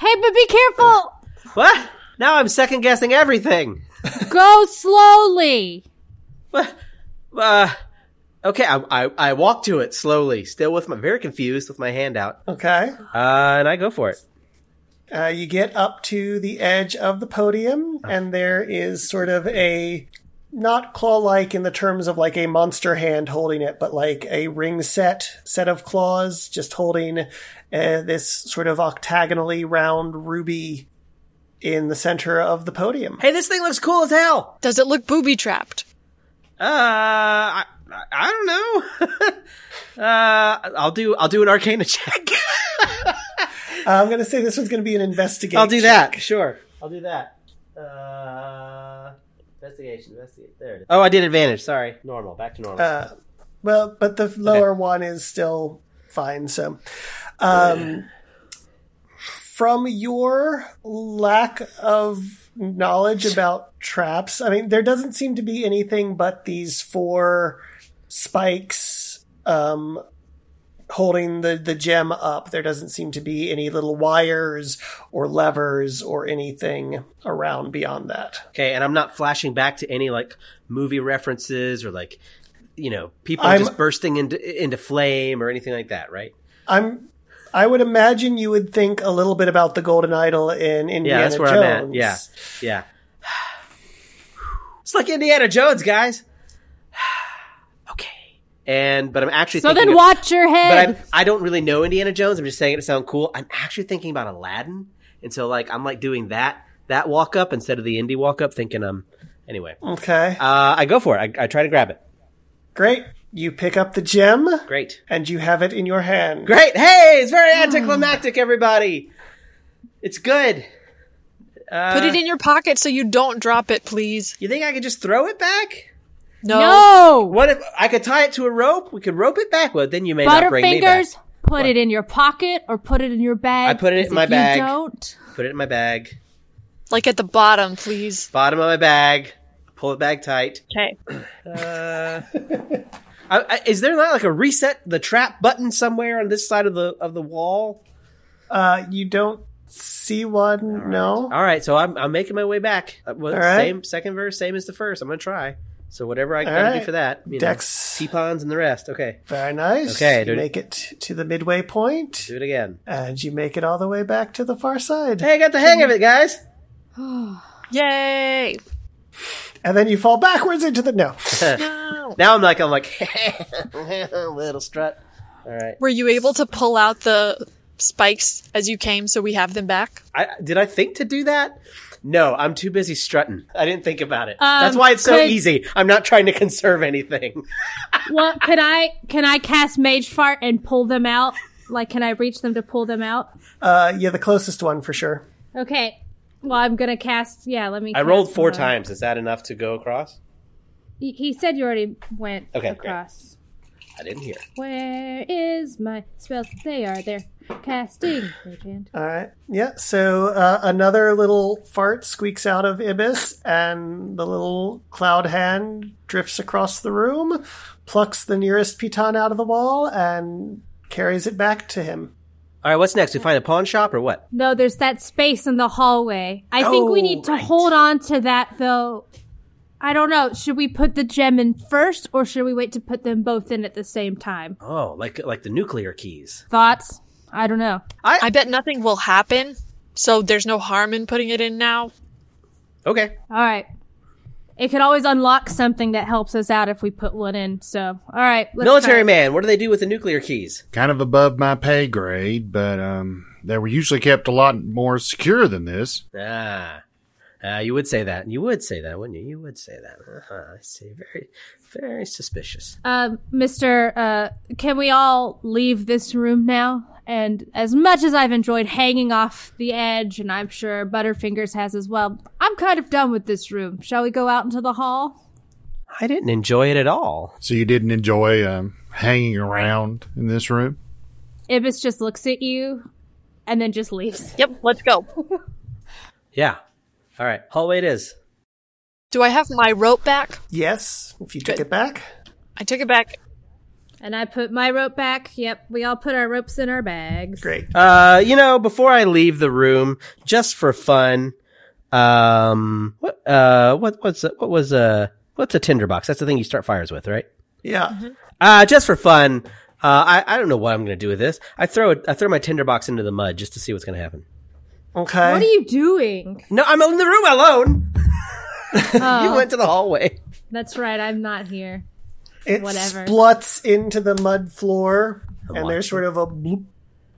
Speaker 2: Hey, but be careful.
Speaker 3: What? Now I'm second guessing everything.
Speaker 2: Go slowly.
Speaker 3: What? Uh, okay. I, I, I walk to it slowly, still with my, very confused with my hand out.
Speaker 4: Okay.
Speaker 3: Uh, and I go for it.
Speaker 4: Uh, you get up to the edge of the podium,
Speaker 3: Ah.
Speaker 4: and there is sort of a not claw like in the terms of like a monster hand holding it, but like a ring set set of claws just holding uh, this sort of octagonally round ruby in the center of the podium.
Speaker 3: Hey, this thing looks cool as hell.
Speaker 5: Does it look booby trapped?
Speaker 3: Uh, I, I- I don't know. uh, I'll do I'll do an Arcana check.
Speaker 4: Uh, I'm going to say this one's going to be an investigation.
Speaker 3: I'll do that. Sure. I'll do that. Uh, investigation. Investigate. There it is. Oh, I did advantage. Sorry. Normal. Back to normal.
Speaker 4: Uh, well, but the lower one is still fine. So, um, from your lack of knowledge about traps, I mean, there doesn't seem to be anything but these four spikes um, holding the, the gem up. There doesn't seem to be any little wires or levers or anything around beyond that.
Speaker 3: okay, and I'm not flashing back to any like movie references or like you know people
Speaker 4: I'm-
Speaker 3: just bursting into into flame or anything like that, right?
Speaker 4: I'm. I would imagine you would think a little bit about the Golden Idol in Indiana
Speaker 3: that's where I'm
Speaker 4: Jones.
Speaker 3: at. Yeah. Yeah. It's like Indiana Jones, guys. okay. And but I'm actually
Speaker 2: So
Speaker 3: thinking
Speaker 2: then
Speaker 3: of-
Speaker 2: watch your
Speaker 3: But
Speaker 2: head.
Speaker 3: I'm, I don't really know Indiana Jones. I'm just saying it to sound cool. I'm actually thinking about Aladdin, and so like I'm like doing that that walk up instead of the indie walk up, thinking um. Anyway, uh,
Speaker 4: Okay.
Speaker 3: I go for it. I, I try to grab it.
Speaker 4: Great. You pick up the gem
Speaker 3: Great,
Speaker 4: and you have it in your hand.
Speaker 3: great. Hey, it's very anticlimactic, everybody. It's good.
Speaker 5: Put it in your pocket so you don't drop it, please.
Speaker 3: You think I could just throw it back?
Speaker 5: No.
Speaker 2: no.
Speaker 3: What if I could tie it to a rope? We could rope it back. Well, then you may not bring me back.
Speaker 2: Butterfingers, put it in your pocket or put it in your bag.
Speaker 3: I put it
Speaker 2: 'cause
Speaker 3: in my
Speaker 2: if
Speaker 3: bag.
Speaker 2: You don't.
Speaker 3: Put it in my bag,
Speaker 5: Like at the bottom, please.
Speaker 3: bottom of my bag. Pull it back tight.
Speaker 5: Okay.
Speaker 3: I, I, is there not like a reset the trap button somewhere on this side of the of the wall?
Speaker 4: Uh, you don't see one, no?
Speaker 3: All right, so I'm I'm making my way back. Uh, well,
Speaker 4: All right.
Speaker 3: Same second verse, same as the first. I'm gonna try. So whatever I
Speaker 4: All
Speaker 3: gotta do
Speaker 4: right.
Speaker 3: for that, you
Speaker 4: Dex.
Speaker 3: know, T-pawns and the rest. Okay,
Speaker 4: Very nice.
Speaker 3: Okay,
Speaker 4: You
Speaker 3: dude.
Speaker 4: make it to the midway point
Speaker 3: do it again.
Speaker 4: and you make it all the way back to the far side.
Speaker 3: Hey, I got the hang of it, guys.
Speaker 5: Yay.
Speaker 4: And then you fall backwards into the. No.
Speaker 5: No.
Speaker 3: Now I'm like I'm like little strut. All right,
Speaker 5: Were you able to pull out the spikes as you came so we have them back?
Speaker 3: I, did I think to do that? No, I'm too busy strutting. I didn't think about it.
Speaker 2: Um,
Speaker 3: That's why it's so
Speaker 2: could-
Speaker 3: easy. I'm not trying to conserve anything.
Speaker 2: Well, can I can I cast Mage Fart and pull them out? Like, can I reach them to pull them out?
Speaker 4: Uh, yeah, the closest one for sure.
Speaker 2: Okay. Well, I'm gonna cast. Yeah, let me.
Speaker 3: I
Speaker 2: cast
Speaker 3: rolled four
Speaker 2: my-
Speaker 3: times. Is that enough to go across?
Speaker 2: He, he said you already went
Speaker 3: Okay, great.
Speaker 2: across.
Speaker 3: I didn't hear.
Speaker 2: Where is my spells? They are there. Casting. Legend.
Speaker 4: All right. Yeah. So uh, another little fart squeaks out of Ibis, and the little cloud hand drifts across the room, plucks the nearest piton out of the wall, and carries it back to him.
Speaker 3: All right, what's next? We find a pawn shop or what?
Speaker 2: No, there's that space in the hallway. I think we
Speaker 3: Oh,
Speaker 2: need to
Speaker 3: right.
Speaker 2: hold on to that though. I don't know. Should we put the gem in first, or should we wait to put them both in at the same time?
Speaker 3: Oh, like like the nuclear keys.
Speaker 2: Thoughts? I don't know.
Speaker 5: I bet nothing will happen, so there's no harm in putting it in now.
Speaker 3: Okay.
Speaker 2: All right. It could always unlock something that helps us out if we put one in. So, all right. Let's try
Speaker 3: Military
Speaker 2: it.
Speaker 3: man, what do they do with the nuclear keys?
Speaker 6: Kind of above my pay grade, but um, they were usually kept a lot more secure than this.
Speaker 3: Ah. Ah, you would say that. You would say that, wouldn't you? You would say that. Uh-huh, I see. Very, very suspicious.
Speaker 2: Um, Mr. Uh, can we all leave this room now? And as much as I've enjoyed hanging off the edge, and I'm sure Butterfingers has as well, I'm kind of done with this room. Shall we go out into the hall?
Speaker 3: I didn't enjoy it at all.
Speaker 6: So you didn't enjoy um, hanging around in this room?
Speaker 2: Ibis just looks at you and then just leaves.
Speaker 5: Yep, let's go.
Speaker 3: Yeah. All right. Hallway it is.
Speaker 5: Do I have my rope back?
Speaker 4: Yes, if you took
Speaker 5: Good.
Speaker 4: it back.
Speaker 5: I took it back.
Speaker 2: And I put my rope back. Yep, we all put our ropes in our bags.
Speaker 4: Great.
Speaker 3: Uh, you know, before I leave the room, just for fun, um, what, uh, what, what's, a, what was a, what's a tinderbox? That's the thing you start fires with, right?
Speaker 4: Yeah.
Speaker 3: Uh, just for fun, uh, I, I don't know what I'm gonna do with this. I throw it, I throw my tinderbox into the mud just to see what's gonna happen.
Speaker 4: Okay.
Speaker 2: What are you doing?
Speaker 3: No, I'm in the room alone. you
Speaker 2: Oh,
Speaker 3: went to the hallway.
Speaker 2: that's right. I'm not here.
Speaker 4: it
Speaker 2: whatever.
Speaker 4: spluts into the mud floor, and
Speaker 3: lot.
Speaker 4: there's sort of a bloop,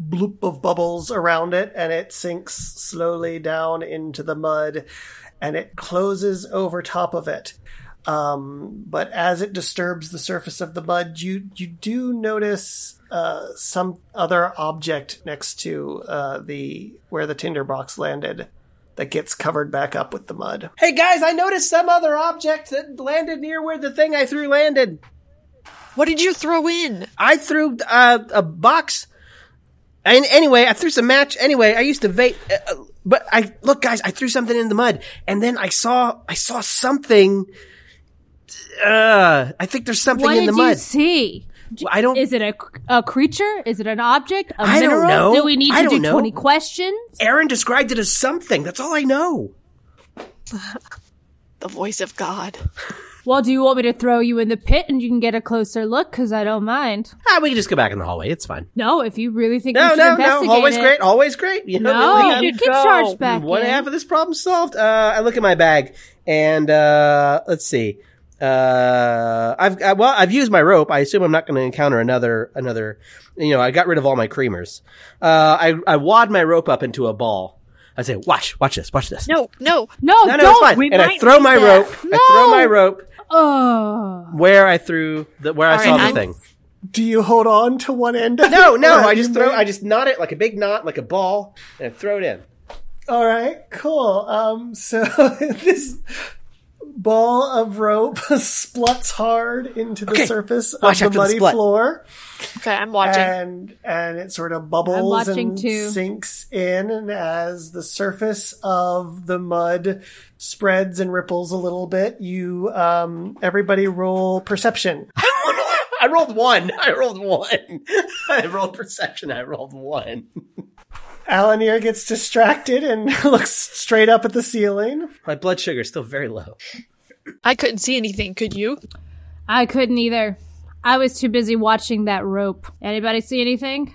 Speaker 4: bloop of bubbles around it, and it sinks slowly down into the mud, and it closes over top of it. Um, but as it disturbs the surface of the mud, you you do notice uh, some other object next to uh, the where the tinderbox landed that gets covered back up with the mud.
Speaker 3: Hey guys, I noticed some other object that landed near where the thing I threw landed.
Speaker 5: What did you throw in?
Speaker 3: I threw uh, a box. And anyway, I threw some match. Anyway, I used to vape, uh, uh, but I look, guys. I threw something in the mud, and then I saw, I saw something. Uh, I think there's something
Speaker 2: What
Speaker 3: in
Speaker 2: did
Speaker 3: the
Speaker 2: you
Speaker 3: mud.
Speaker 2: see?
Speaker 3: I don't.
Speaker 7: Is it a, a creature? Is it an object? A
Speaker 3: I don't
Speaker 7: mineral?
Speaker 3: know.
Speaker 7: Do we need
Speaker 3: I
Speaker 7: to do
Speaker 3: don't know.
Speaker 7: 20 questions?
Speaker 3: Aaron described it as something. That's all I know.
Speaker 5: The voice of God.
Speaker 7: Well, do you want me to throw you in the pit and you can get a closer look? Because I don't mind.
Speaker 3: Ah, we can just go back in the hallway. It's fine.
Speaker 7: No, if you really think we
Speaker 3: No,
Speaker 7: should
Speaker 3: no, no.
Speaker 7: investigate
Speaker 3: Always
Speaker 7: it.
Speaker 3: great. Always great. You know,
Speaker 7: No,
Speaker 3: we
Speaker 7: you
Speaker 3: have-
Speaker 7: can charge back
Speaker 3: One
Speaker 7: in.
Speaker 3: half of this problem solved. Uh, I look at my bag and uh, let's see. Uh, I've I, well, I've used my rope. I assume I'm not going to encounter another another. You know, I got rid of all my creamers. Uh, I I wad my rope up into a ball. I say, "Watch, watch this, watch this."
Speaker 5: No, no.
Speaker 7: No,
Speaker 3: no, no,
Speaker 7: don't.
Speaker 3: it's fine.
Speaker 7: We
Speaker 3: and I
Speaker 7: might
Speaker 3: throw
Speaker 7: need
Speaker 3: my
Speaker 7: that.
Speaker 3: rope. I throw
Speaker 7: No.
Speaker 3: my rope
Speaker 7: Oh.
Speaker 3: where I threw the where I
Speaker 5: All
Speaker 3: saw
Speaker 5: right,
Speaker 3: the thing.
Speaker 5: I'm-
Speaker 4: Do you hold on to one end? Of
Speaker 3: No,
Speaker 4: it,
Speaker 3: no,
Speaker 4: or
Speaker 3: I
Speaker 4: you
Speaker 3: just throw,
Speaker 4: may-
Speaker 3: I just knot it like a big knot, like a ball, and I throw it in.
Speaker 4: All right, cool. Um, so this ball of rope spluts hard into the
Speaker 3: Okay,
Speaker 4: surface of
Speaker 3: watch
Speaker 4: the
Speaker 3: after the
Speaker 4: muddy
Speaker 3: splut.
Speaker 4: floor,
Speaker 5: Okay, I'm watching.
Speaker 4: and and it sort of
Speaker 7: I'm
Speaker 4: bubbles
Speaker 7: watching
Speaker 4: and
Speaker 7: too.
Speaker 4: sinks in, and as the surface of the mud spreads and ripples a little bit, you um everybody roll perception.
Speaker 3: I rolled one. I rolled one. I rolled perception. I rolled one.
Speaker 4: Alan here gets distracted and looks straight up at the ceiling.
Speaker 3: My blood sugar is still very low.
Speaker 5: I couldn't see anything, could you?
Speaker 7: I couldn't either. I was too busy watching that rope. Anybody see anything?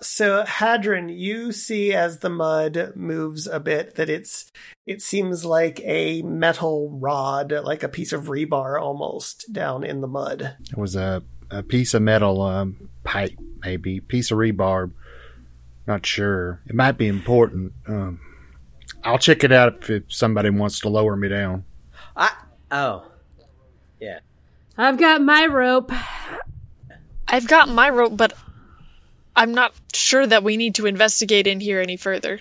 Speaker 4: so Hadron, you see as the mud moves a bit that it's it seems like a metal rod, like a piece of rebar almost down in the mud.
Speaker 6: It was a, a piece of metal um, pipe, maybe piece of rebar. Not sure. It might be important. Um, I'll check it out if, if somebody wants to lower me down.
Speaker 3: I oh.
Speaker 2: I've got my rope.
Speaker 5: I've got my rope, but I'm not sure that we need to investigate in here any further.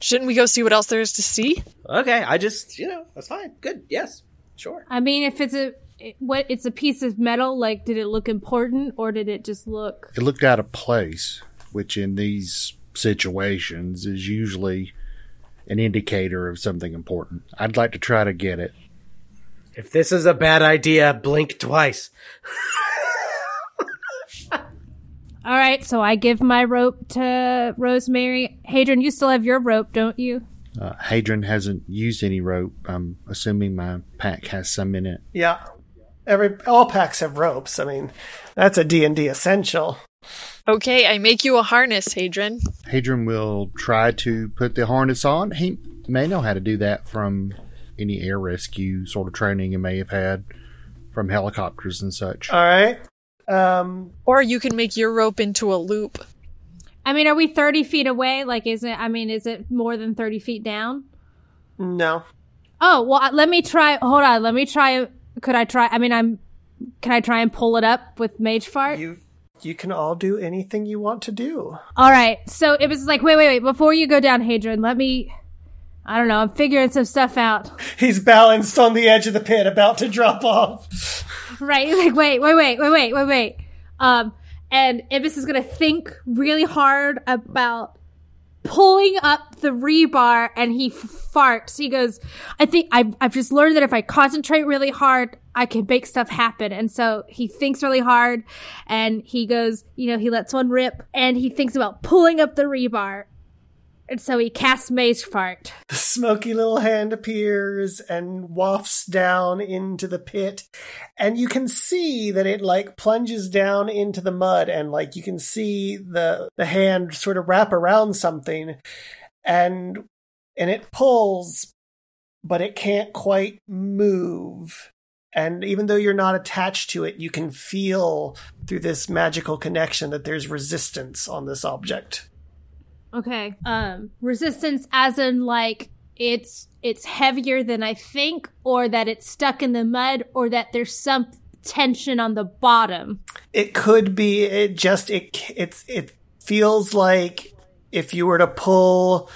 Speaker 5: Shouldn't we go see what else there is to see?
Speaker 3: Okay. I just you know that's fine. Good. Yes. Sure.
Speaker 7: I mean, if it's a it- what it's a piece of metal, like did it look important or did it just look?
Speaker 6: It looked out of place, which in these situations is usually an indicator of something important. I'd like to try to get it.
Speaker 3: If this is a bad idea, blink twice.
Speaker 7: All right, so I give my rope to Rosemary. Hadron, you still have your rope, don't you?
Speaker 6: Uh, Hadron hasn't used any rope. I'm assuming my pack has some in it.
Speaker 4: Yeah. Every all packs have ropes. I mean, that's a D&D essential.
Speaker 5: Okay, I make you a harness, Hadron.
Speaker 6: Hadron will try to put the harness on. He may know how to do that from any air rescue sort of training he may have had from helicopters and such.
Speaker 4: All right. Um
Speaker 5: Or you can make your rope into a loop.
Speaker 7: I mean, are we thirty feet away? Like, is it? I mean, is it more than thirty feet down?
Speaker 4: no.
Speaker 7: Oh well, I- let me try. Hold on, let me try. Could I try? I mean, I'm. Can I try and pull it up with Mage Fart?
Speaker 4: You you can all do anything you want to do.
Speaker 7: All right. So it was like, wait, wait, wait. Before you go down, Hadron, let me. I don't know. I'm figuring some stuff out.
Speaker 4: He's balanced on the edge of the pit about to drop off.
Speaker 7: Right? He's like, wait, wait, wait, wait, wait, wait, wait. Um, and Ibis is gonna think really hard about
Speaker 2: pulling up the rebar and he farts. He goes, I think I've, I've just learned that if I concentrate really hard, I can make stuff happen. And so he thinks really hard and he goes, you know, he lets one rip and he thinks about pulling up the rebar. And so he casts Mage Fart.
Speaker 4: The smoky little hand appears and wafts down into the pit. And you can see that it like plunges down into the mud and like you can see the the hand sort of wrap around something and and it pulls but it can't quite move. And even though you're not attached to it, you can feel through this magical connection that there's resistance on this object.
Speaker 2: Okay. Um, resistance as in like it's it's heavier than I think, or that it's stuck in the mud, or that there's some tension on the bottom.
Speaker 4: It could be it just it it's it feels like if you were to pull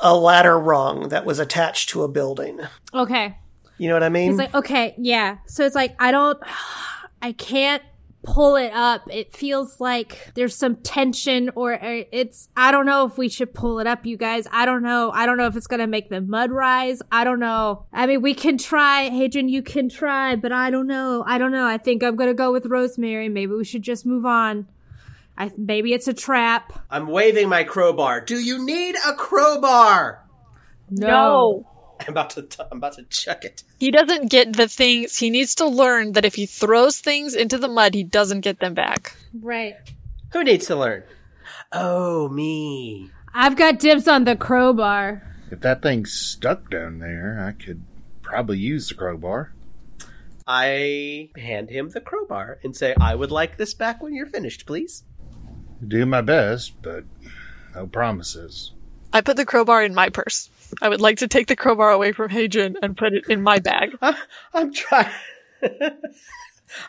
Speaker 4: a ladder rung that was attached to a building.
Speaker 2: Okay.
Speaker 4: You know what I mean?
Speaker 2: It's like okay, yeah. So it's like I don't, I can't pull it up. It feels like there's some tension or it's, I don't know if we should pull it up, you guys. I don't know. I don't know if it's going to make the mud rise. I don't know. I mean, we can try. Hadrian, you can try, but I don't know. I don't know. I think I'm going to go with Rosemary. Maybe we should just move on. I, maybe it's a trap.
Speaker 3: I'm waving my crowbar. Do you need a crowbar?
Speaker 2: No.
Speaker 3: I'm about to. T- I'm about to chuck it.
Speaker 5: He doesn't get the things. He needs to learn that if he throws things into the mud, he doesn't get them back.
Speaker 2: Right.
Speaker 3: Who needs to learn? Oh, me.
Speaker 2: I've got dibs on the crowbar.
Speaker 6: If that thing's stuck down there, I could probably use the crowbar.
Speaker 3: I hand him the crowbar and say, "I would like this back when you're finished, please."
Speaker 6: Do my best, but no promises.
Speaker 5: I put the crowbar in my purse. I would like to take the crowbar away from Hadrian and put it in my bag.
Speaker 3: I- I'm trying.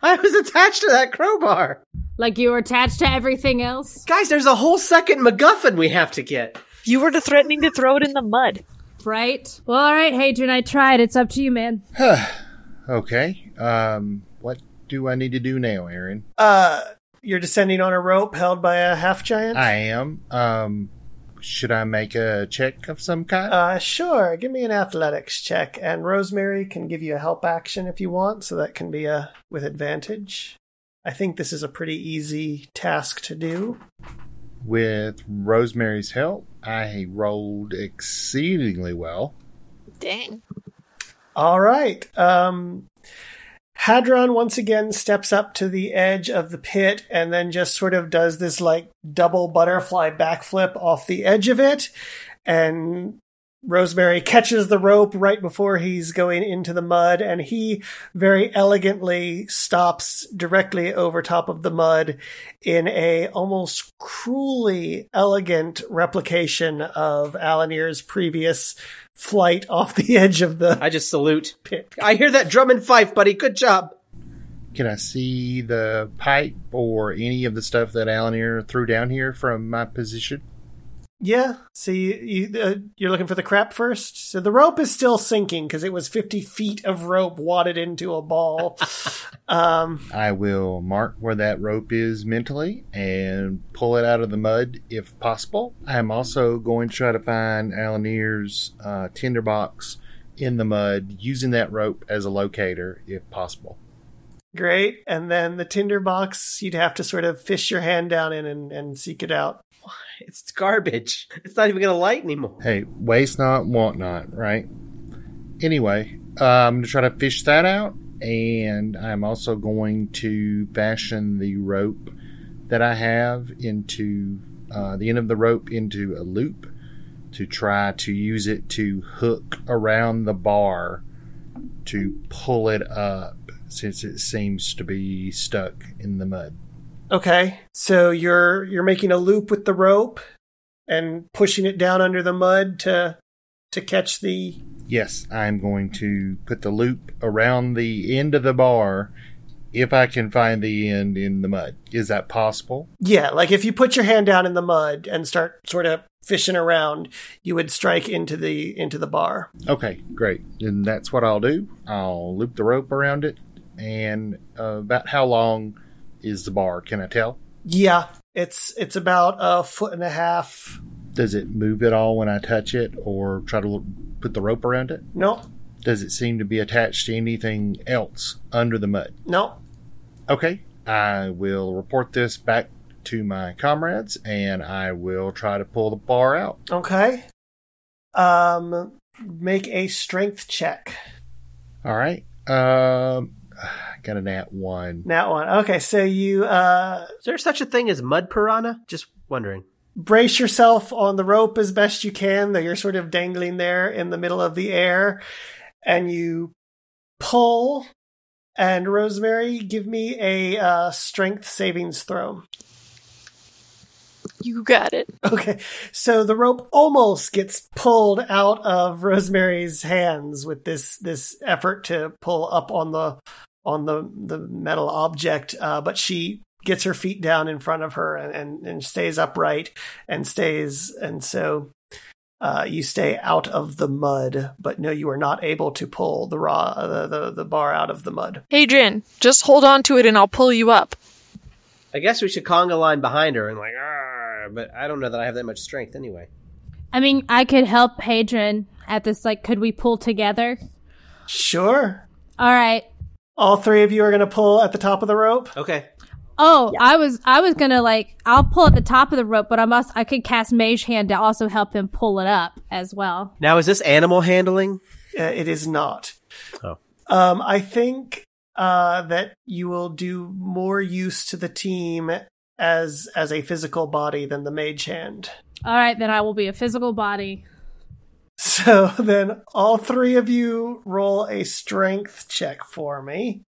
Speaker 3: I was attached to that crowbar,
Speaker 2: Like you were attached to everything else.
Speaker 3: guys. There's a whole second MacGuffin we have to get.
Speaker 5: You were threatening to throw it in the mud.
Speaker 2: Right. Well, all right, Hadrian, I tried. It's up to you, man.
Speaker 6: Okay. Um, what do I need to do now, Aaron?
Speaker 4: Uh, you're descending on a rope held by a half giant.
Speaker 6: I am. Um, should I make a check of some kind?
Speaker 4: Uh, sure. Give me an athletics check, and Rosemary can give you a help action if you want, so that can be a with advantage. I think this is a pretty easy task to do.
Speaker 6: With Rosemary's help, I rolled exceedingly well.
Speaker 5: Dang.
Speaker 4: All right. Um, Hadron once again steps up to the edge of the pit and then just sort of does this like double butterfly backflip off the edge of it. And Rosemary catches the rope right before he's going into the mud and he very elegantly stops directly over top of the mud in a almost cruelly elegant replication of Alanir's previous flight off the edge of the
Speaker 3: I just salute.
Speaker 4: pit.
Speaker 3: I hear that drum and fife, buddy. Good job.
Speaker 6: Can I see the pipe or any of the stuff that Alan here threw down here from my position?
Speaker 4: Yeah. So you, you uh, you're looking for the crap first. So the rope is still sinking because it was 50 feet of rope wadded into a ball. um,
Speaker 6: I will mark where that rope is mentally and pull it out of the mud if possible. I'm also going to try to find Alanir's uh, tinderbox in the mud using that rope as a locator if possible.
Speaker 4: great. And then the tinderbox, you'd have to sort of fish your hand down in and, and seek it out.
Speaker 3: It's garbage. It's not even gonna light anymore.
Speaker 6: Hey, waste not, want not, right? Anyway, uh, I'm going to try to fish that out, and I'm also going to fashion the rope that I have into uh, the end of the rope into a loop to try to use it to hook around the bar to pull it up since it seems to be stuck in the mud.
Speaker 4: Okay. So you're you're making a loop with the rope and pushing it down under the mud to to catch the
Speaker 6: Yes, I'm going to put the loop around the end of the bar if I can find the end in the mud. Is that possible?
Speaker 4: Yeah, like if you put your hand down in the mud and start sort of fishing around, you would strike into the into the bar.
Speaker 6: Okay, great. Then that's what I'll do. I'll loop the rope around it. And uh, about how long is the bar? Can I tell?
Speaker 4: Yeah, it's it's about a foot and a half
Speaker 6: Does it move at all when I touch it or try to look, put the rope around it?
Speaker 4: No,
Speaker 6: Does it seem to be attached to anything else under the mud?
Speaker 4: no.
Speaker 6: Okay. I will report this back to my comrades and I will try to pull the bar out.
Speaker 4: Okay. Um, make a strength check.
Speaker 6: All right. Um, I got a nat one.
Speaker 4: That one. Okay, so you uh,
Speaker 3: Is there such a thing as mud piranha? Just wondering.
Speaker 4: brace yourself on the rope as best you can, though you're sort of dangling there in the middle of the air, and you pull. And Rosemary, give me a uh, strength savings throw.
Speaker 5: You got it.
Speaker 4: Okay, so the rope almost gets pulled out of Rosemary's hands with this this effort to pull up on the on the the metal object, uh, but she gets her feet down in front of her and and, and stays upright and stays and so. Uh, you stay out of the mud, but no, you are not able to pull the raw the, the, the bar out of the mud.
Speaker 5: Adrian, just hold on to it and I'll pull you up.
Speaker 3: I guess we should conga line behind her and like, "Arr," but I don't know that I have that much strength anyway.
Speaker 2: I mean, I could help Hadrian at this. Like, could we pull together?
Speaker 4: Sure,
Speaker 2: All right.
Speaker 4: all three of you are going to pull at the top of the rope.
Speaker 3: Okay.
Speaker 2: Oh, I was I was gonna like I'll pull at the top of the rope, but I must I could cast Mage Hand to also help him pull it up as well.
Speaker 3: Now, is this animal handling?
Speaker 4: Uh, it is not.
Speaker 3: Oh.
Speaker 4: Um, I think uh, that you will do more use to the team as as a physical body than the mage hand.
Speaker 2: All right, then I will be a physical body.
Speaker 4: So then, all three of you roll a strength check for me.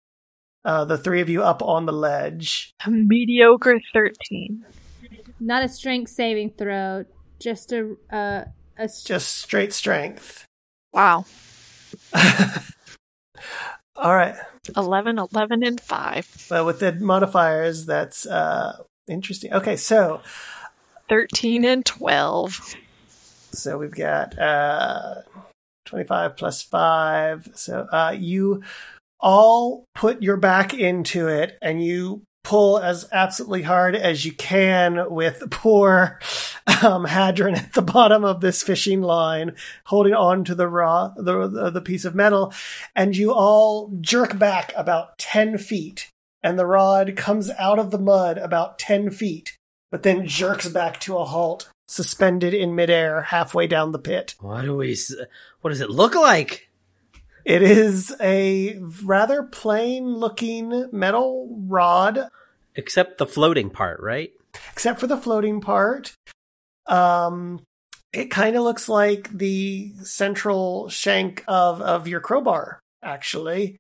Speaker 4: Uh, the three of you up on the ledge.
Speaker 5: A mediocre 13.
Speaker 2: Not a strength saving throw, just a uh, a s-
Speaker 4: Just straight strength.
Speaker 5: Wow.
Speaker 4: All right.
Speaker 5: 11, 11, and 5.
Speaker 4: Well, with the modifiers, that's uh, interesting. Okay, so
Speaker 5: 13 and 12.
Speaker 4: So we've got uh, 25 plus 5. So uh, you all put your back into it and you pull as absolutely hard as you can with poor um, Hadron at the bottom of this fishing line, holding on to the raw, the, the, the piece of metal. And you all jerk back about 10 feet. And the rod comes out of the mud about 10 feet but then jerks back to a halt, suspended in midair halfway down the pit.
Speaker 3: What do we? s- What does it look like?
Speaker 4: It is a rather plain looking metal rod,
Speaker 3: Except the floating part, right?
Speaker 4: except for the floating part. Um, it kind of looks like the central shank of, of your crowbar, actually.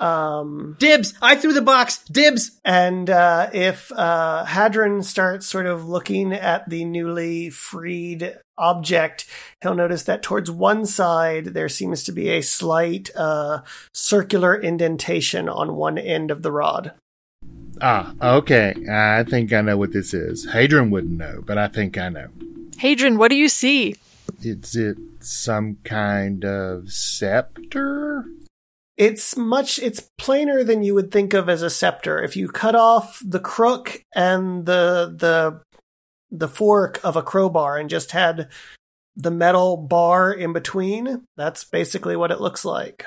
Speaker 4: Um,
Speaker 3: Dibs! I threw the box. Dibs!
Speaker 4: And uh, if uh, Hadron starts sort of looking at the newly freed object, he'll notice that towards one side there seems to be a slight uh, circular indentation on one end of the rod.
Speaker 6: Ah, okay. I think I know what this is. Hadron wouldn't know, but I think I know.
Speaker 5: Hadrian, what do you see?
Speaker 6: Is it some kind of scepter?
Speaker 4: It's much, it's plainer than you would think of as a scepter. If you cut off the crook and the, the, the fork of a crowbar and just had the metal bar in between, that's basically what it looks like.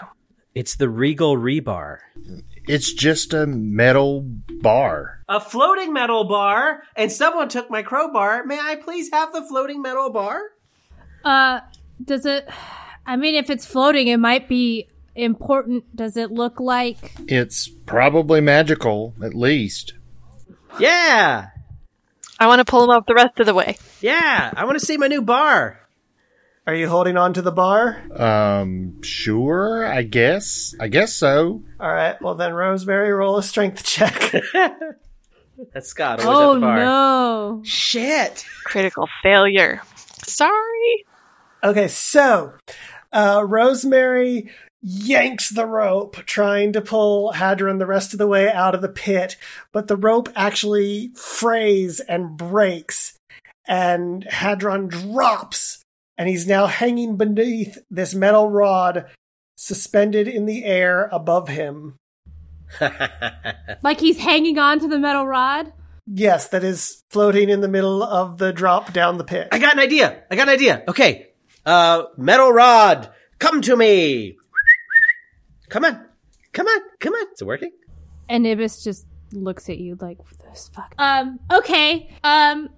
Speaker 3: It's the regal rebar.
Speaker 6: It's just a metal bar.
Speaker 3: A floating metal bar, and someone took my crowbar. May I please have the floating metal bar?
Speaker 2: uh does it I mean if it's floating it might be important. Does it look like
Speaker 6: It's probably magical, at least.
Speaker 3: Yeah,
Speaker 5: I want to pull him up the rest of the way.
Speaker 3: yeah. I want to see my new bar.
Speaker 4: Are you holding on to the bar?
Speaker 6: Um, sure, I guess. I guess so.
Speaker 4: All right. Well, then, Rosemary, roll a strength check.
Speaker 3: That's Scott. Always at
Speaker 2: Oh
Speaker 3: the bar.
Speaker 2: no.
Speaker 3: Shit.
Speaker 5: Critical failure. Sorry.
Speaker 4: okay. So, uh, Rosemary yanks the rope, trying to pull Hadron the rest of the way out of the pit, but the rope actually frays and breaks, and Hadron drops, and he's now hanging beneath this metal rod, suspended in the air above him.
Speaker 2: Like he's hanging on to the metal rod?
Speaker 4: Yes, that is floating in the middle of the drop down the pit.
Speaker 3: I got an idea. I got an idea. Okay. Uh, metal rod, come to me. Come on. Come on. Come on. Is it working?
Speaker 2: And Ibis just looks at you like those fuck. Um. Okay. Um.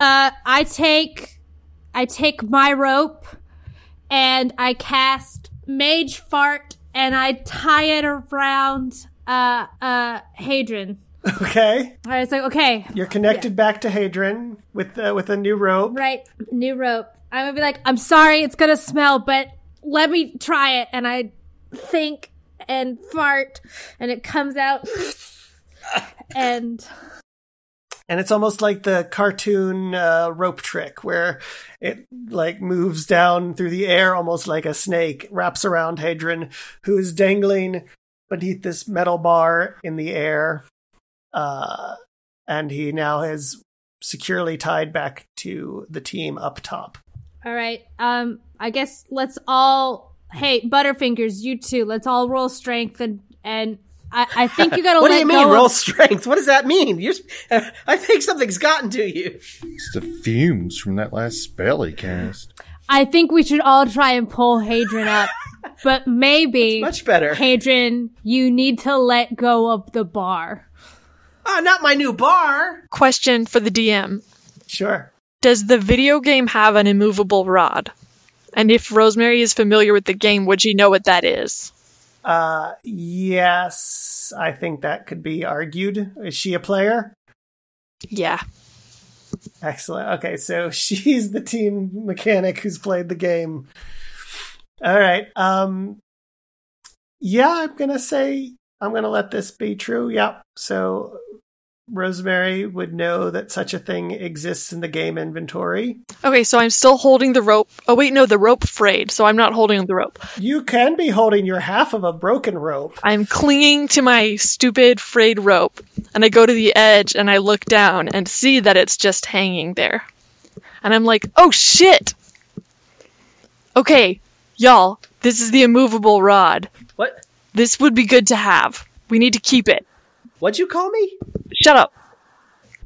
Speaker 2: Uh. I take, I take my rope, and I cast Mage Fart, and I tie it around uh uh Hadron.
Speaker 4: Okay.
Speaker 2: All right. It's like okay,
Speaker 4: You're connected back to Hadron with uh, with a new rope.
Speaker 2: right? New rope. I'm gonna be like, I'm sorry, it's gonna smell, but let me try it. And I think and fart, and it comes out. and
Speaker 4: And it's almost like the cartoon uh, rope trick where it like moves down through the air almost like a snake, wraps around Hadron, who is dangling beneath this metal bar in the air. Uh, and he now is securely tied back to the team up top.
Speaker 2: all right, um, I guess let's all. Hey, Butterfingers, you too. Let's all roll strength and and. I, I think you gotta
Speaker 3: What do
Speaker 2: let
Speaker 3: you
Speaker 2: go
Speaker 3: mean
Speaker 2: of-
Speaker 3: roll strength? What does that mean? You're, s- I think something's gotten to you.
Speaker 6: It's the fumes from that last spell he cast.
Speaker 2: I think we should all try and pull Hadron up, but maybe
Speaker 3: Much better.
Speaker 2: Hadron, you need to let go of the bar.
Speaker 3: Ah, not my new bar.
Speaker 5: Question for the DM
Speaker 4: Sure.
Speaker 5: Does the video game have an immovable rod? And if Rosemary is familiar with the game, would she know what that is?
Speaker 4: Uh, yes, I think that could be argued. Is she a player?
Speaker 5: Yeah.
Speaker 4: Excellent. Okay, so she's the team mechanic who's played the game. All right. Um Yeah, I'm going to say I'm going to let this be true. Yep. So Rosemary would know that such a thing exists in the game inventory.
Speaker 5: Okay, so I'm still holding the rope. Oh, wait, no, the rope frayed, so I'm not holding the rope.
Speaker 4: You can be holding your half of a broken rope.
Speaker 5: I'm clinging to my stupid frayed rope, and I go to the edge and I look down and see that it's just hanging there. And I'm like, oh shit! Okay, y'all, this is the immovable rod.
Speaker 3: What?
Speaker 5: This would be good to have. We need to keep it.
Speaker 3: What'd you call me?
Speaker 5: Shut up.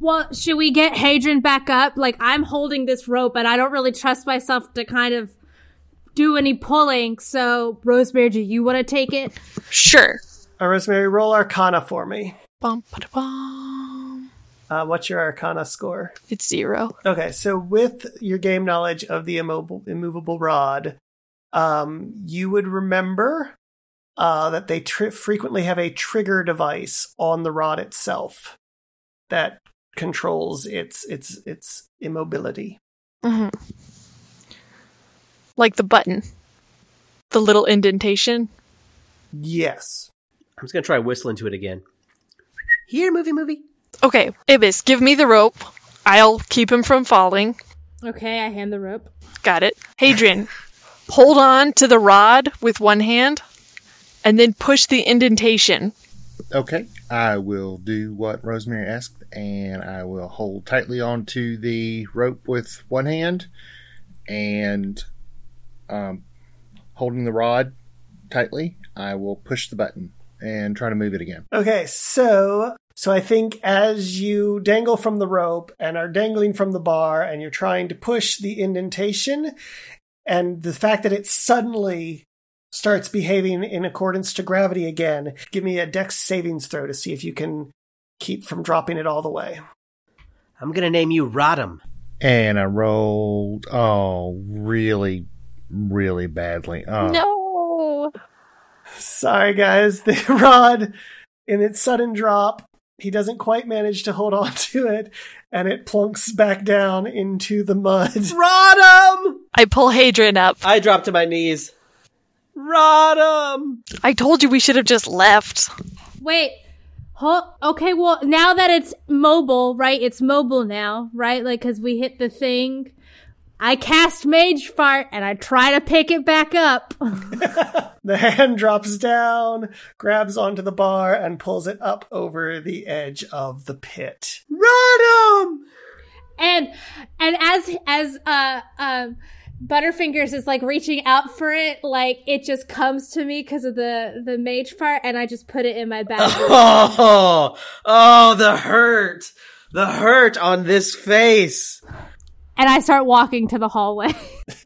Speaker 2: Well, should we get Hadrian back up? Like, I'm holding this rope and I don't really trust myself to kind of do any pulling. So, Rosemary, do you want to take it?
Speaker 5: Sure.
Speaker 4: Uh, Rosemary, roll Arcana for me.
Speaker 5: Bum, ba, da, bum.
Speaker 4: Uh, what's your Arcana score?
Speaker 5: It's zero.
Speaker 4: Okay, so with your game knowledge of the immobile, immovable rod, um, you would remember uh, that they tri- frequently have a trigger device on the rod itself that controls its its its immobility.
Speaker 5: hmm Like the button, the little indentation.
Speaker 4: Yes.
Speaker 3: I'm just gonna try whistling to it again. Here, movie, movie.
Speaker 5: Okay, Ibis, give me the rope. I'll keep him from falling.
Speaker 2: Okay, I hand the rope.
Speaker 5: Got it. Hadrian, hold on to the rod with one hand and then push the indentation.
Speaker 6: Okay, I will do what Rosemary asked, and I will hold tightly onto the rope with one hand, and um, holding the rod tightly, I will push the button and try to move it again.
Speaker 4: Okay, so so I think as you dangle from the rope and are dangling from the bar and you're trying to push the indentation and the fact that it suddenly starts behaving in accordance to gravity again, give me a dex savings throw to see if you can keep from dropping it all the way.
Speaker 3: I'm gonna name you Rodham.
Speaker 6: And I rolled, oh, really, really badly. Oh,
Speaker 5: No.
Speaker 4: Sorry guys, the rod in its sudden drop, he doesn't quite manage to hold on to it and it plunks back down into the mud.
Speaker 3: Rodham!
Speaker 5: I pull Hadrian up.
Speaker 3: I dropped to my knees. Rodham!
Speaker 5: I told you we should have just left.
Speaker 2: Wait. Ho- okay, well, now that it's mobile, right? It's mobile now, right? Like, because we hit the thing. I cast Mage Fart and I try to pick it back up.
Speaker 4: The hand drops down, grabs onto the bar, and pulls it up over the edge of the pit.
Speaker 3: Rodham!
Speaker 2: and and as as uh um butterfingers is like reaching out for it like it just comes to me because of the the mage part and i just put it in my bag
Speaker 3: Oh, oh, the Oh, hurt. The hurt on this face.
Speaker 2: And I start walking to the hallway.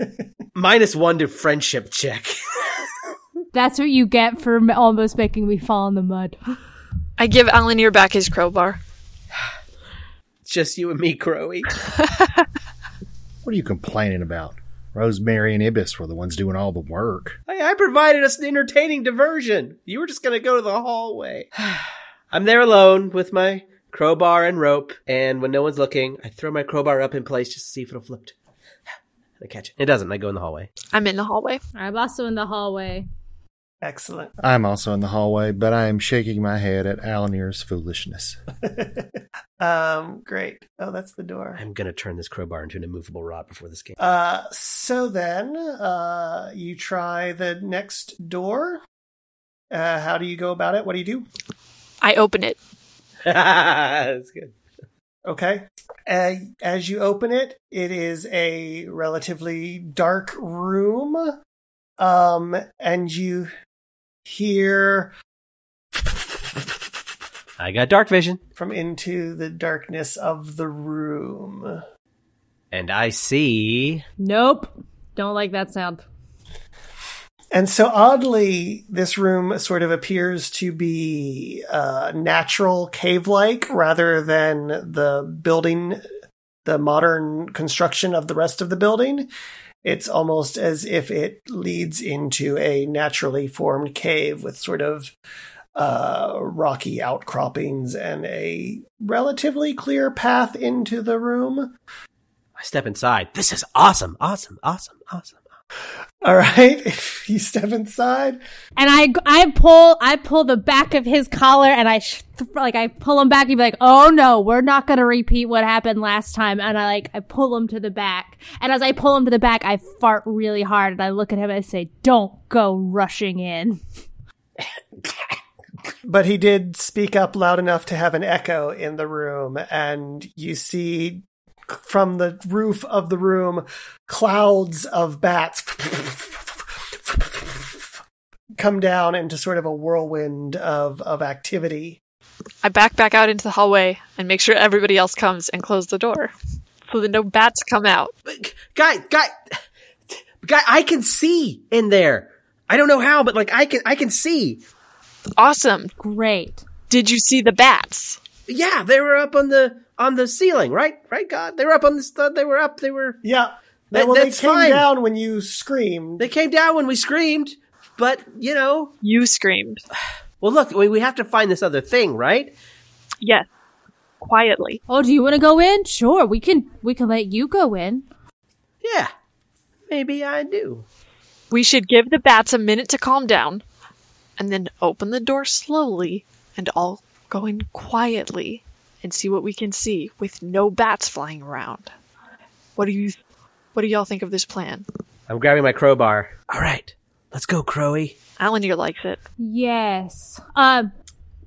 Speaker 3: Minus one to friendship check.
Speaker 2: That's what you get for m- almost making me fall in the mud.
Speaker 5: I give Alanir back his crowbar.
Speaker 3: It's Just you and me, Crowy.
Speaker 6: What are you complaining about? Rosemary and Ibis were the ones doing all the work.
Speaker 3: Hey, I provided us an entertaining diversion. You were just gonna go to the hallway. I'm there alone with my crowbar and rope, and when no one's looking, I throw my crowbar up in place just to see if it'll float. I catch it. It doesn't. I go in the hallway.
Speaker 5: I'm in the hallway.
Speaker 2: I'm also in the hallway.
Speaker 4: Excellent.
Speaker 6: I'm also in the hallway, but I am shaking my head at Alanir's foolishness.
Speaker 4: Um, great. Oh, that's the door.
Speaker 3: I'm gonna turn this crowbar into an immovable rod before this game.
Speaker 4: Uh, so then, uh, you try the next door. Uh, how do you go about it? What do you do?
Speaker 5: I open it.
Speaker 3: That's good.
Speaker 4: Okay. Uh, as you open it, it is a relatively dark room. Um, and you hear
Speaker 3: I got dark vision,
Speaker 4: from into the darkness of the room.
Speaker 3: and I see.
Speaker 2: Nope. Don't like that sound.
Speaker 4: And so oddly, this room sort of appears to be uh, natural cave like rather than the building, the modern construction of the rest of the building. It's almost as if it leads into a naturally formed cave with sort of uh, rocky outcroppings and a relatively clear path into the room.
Speaker 3: I step inside. This is awesome, awesome, awesome, awesome.
Speaker 4: All right, if you step inside,
Speaker 2: And I, I pull, I pull the back of his collar and I, sh- like, I pull him back and be like, oh no, we're not going to repeat what happened last time. And I like, I pull him to the back. And as I pull him to the back, I fart really hard and I look at him and I say, don't go rushing in.
Speaker 4: but he did speak up loud enough to have an echo in the room and you see from the roof of the room clouds of bats come down into sort of a whirlwind of of activity
Speaker 5: I back back out into the hallway and make sure everybody else comes and close the door so that no bats come out.
Speaker 3: But, guy, guy, guy, I can see in there. I don't know how, but like I can, I can see.
Speaker 5: Awesome.
Speaker 2: Great.
Speaker 5: Did you see the bats?
Speaker 3: Yeah, they were up on the on the ceiling, right? Right, God, they were up on the. stud. They were up. They were.
Speaker 4: yeah
Speaker 3: That-
Speaker 4: well, they
Speaker 3: that's
Speaker 4: came
Speaker 3: fine.
Speaker 4: down when you screamed
Speaker 3: They came down when we screamed, but you know.
Speaker 5: You screamed.
Speaker 3: Well, look, we, we have to find this other thing, right?
Speaker 5: Yes. Quietly.
Speaker 2: Oh, do you want to go in? Sure. We can, we can let you go in.
Speaker 3: Yeah, maybe I do.
Speaker 5: We should give the bats a minute to calm down and then open the door slowly and all go in quietly and see what we can see with no bats flying around. What do you what do y'all think of this plan?
Speaker 3: I'm grabbing my crowbar. All right, let's go, Crowy.
Speaker 5: Alanir likes it.
Speaker 2: Yes. Um,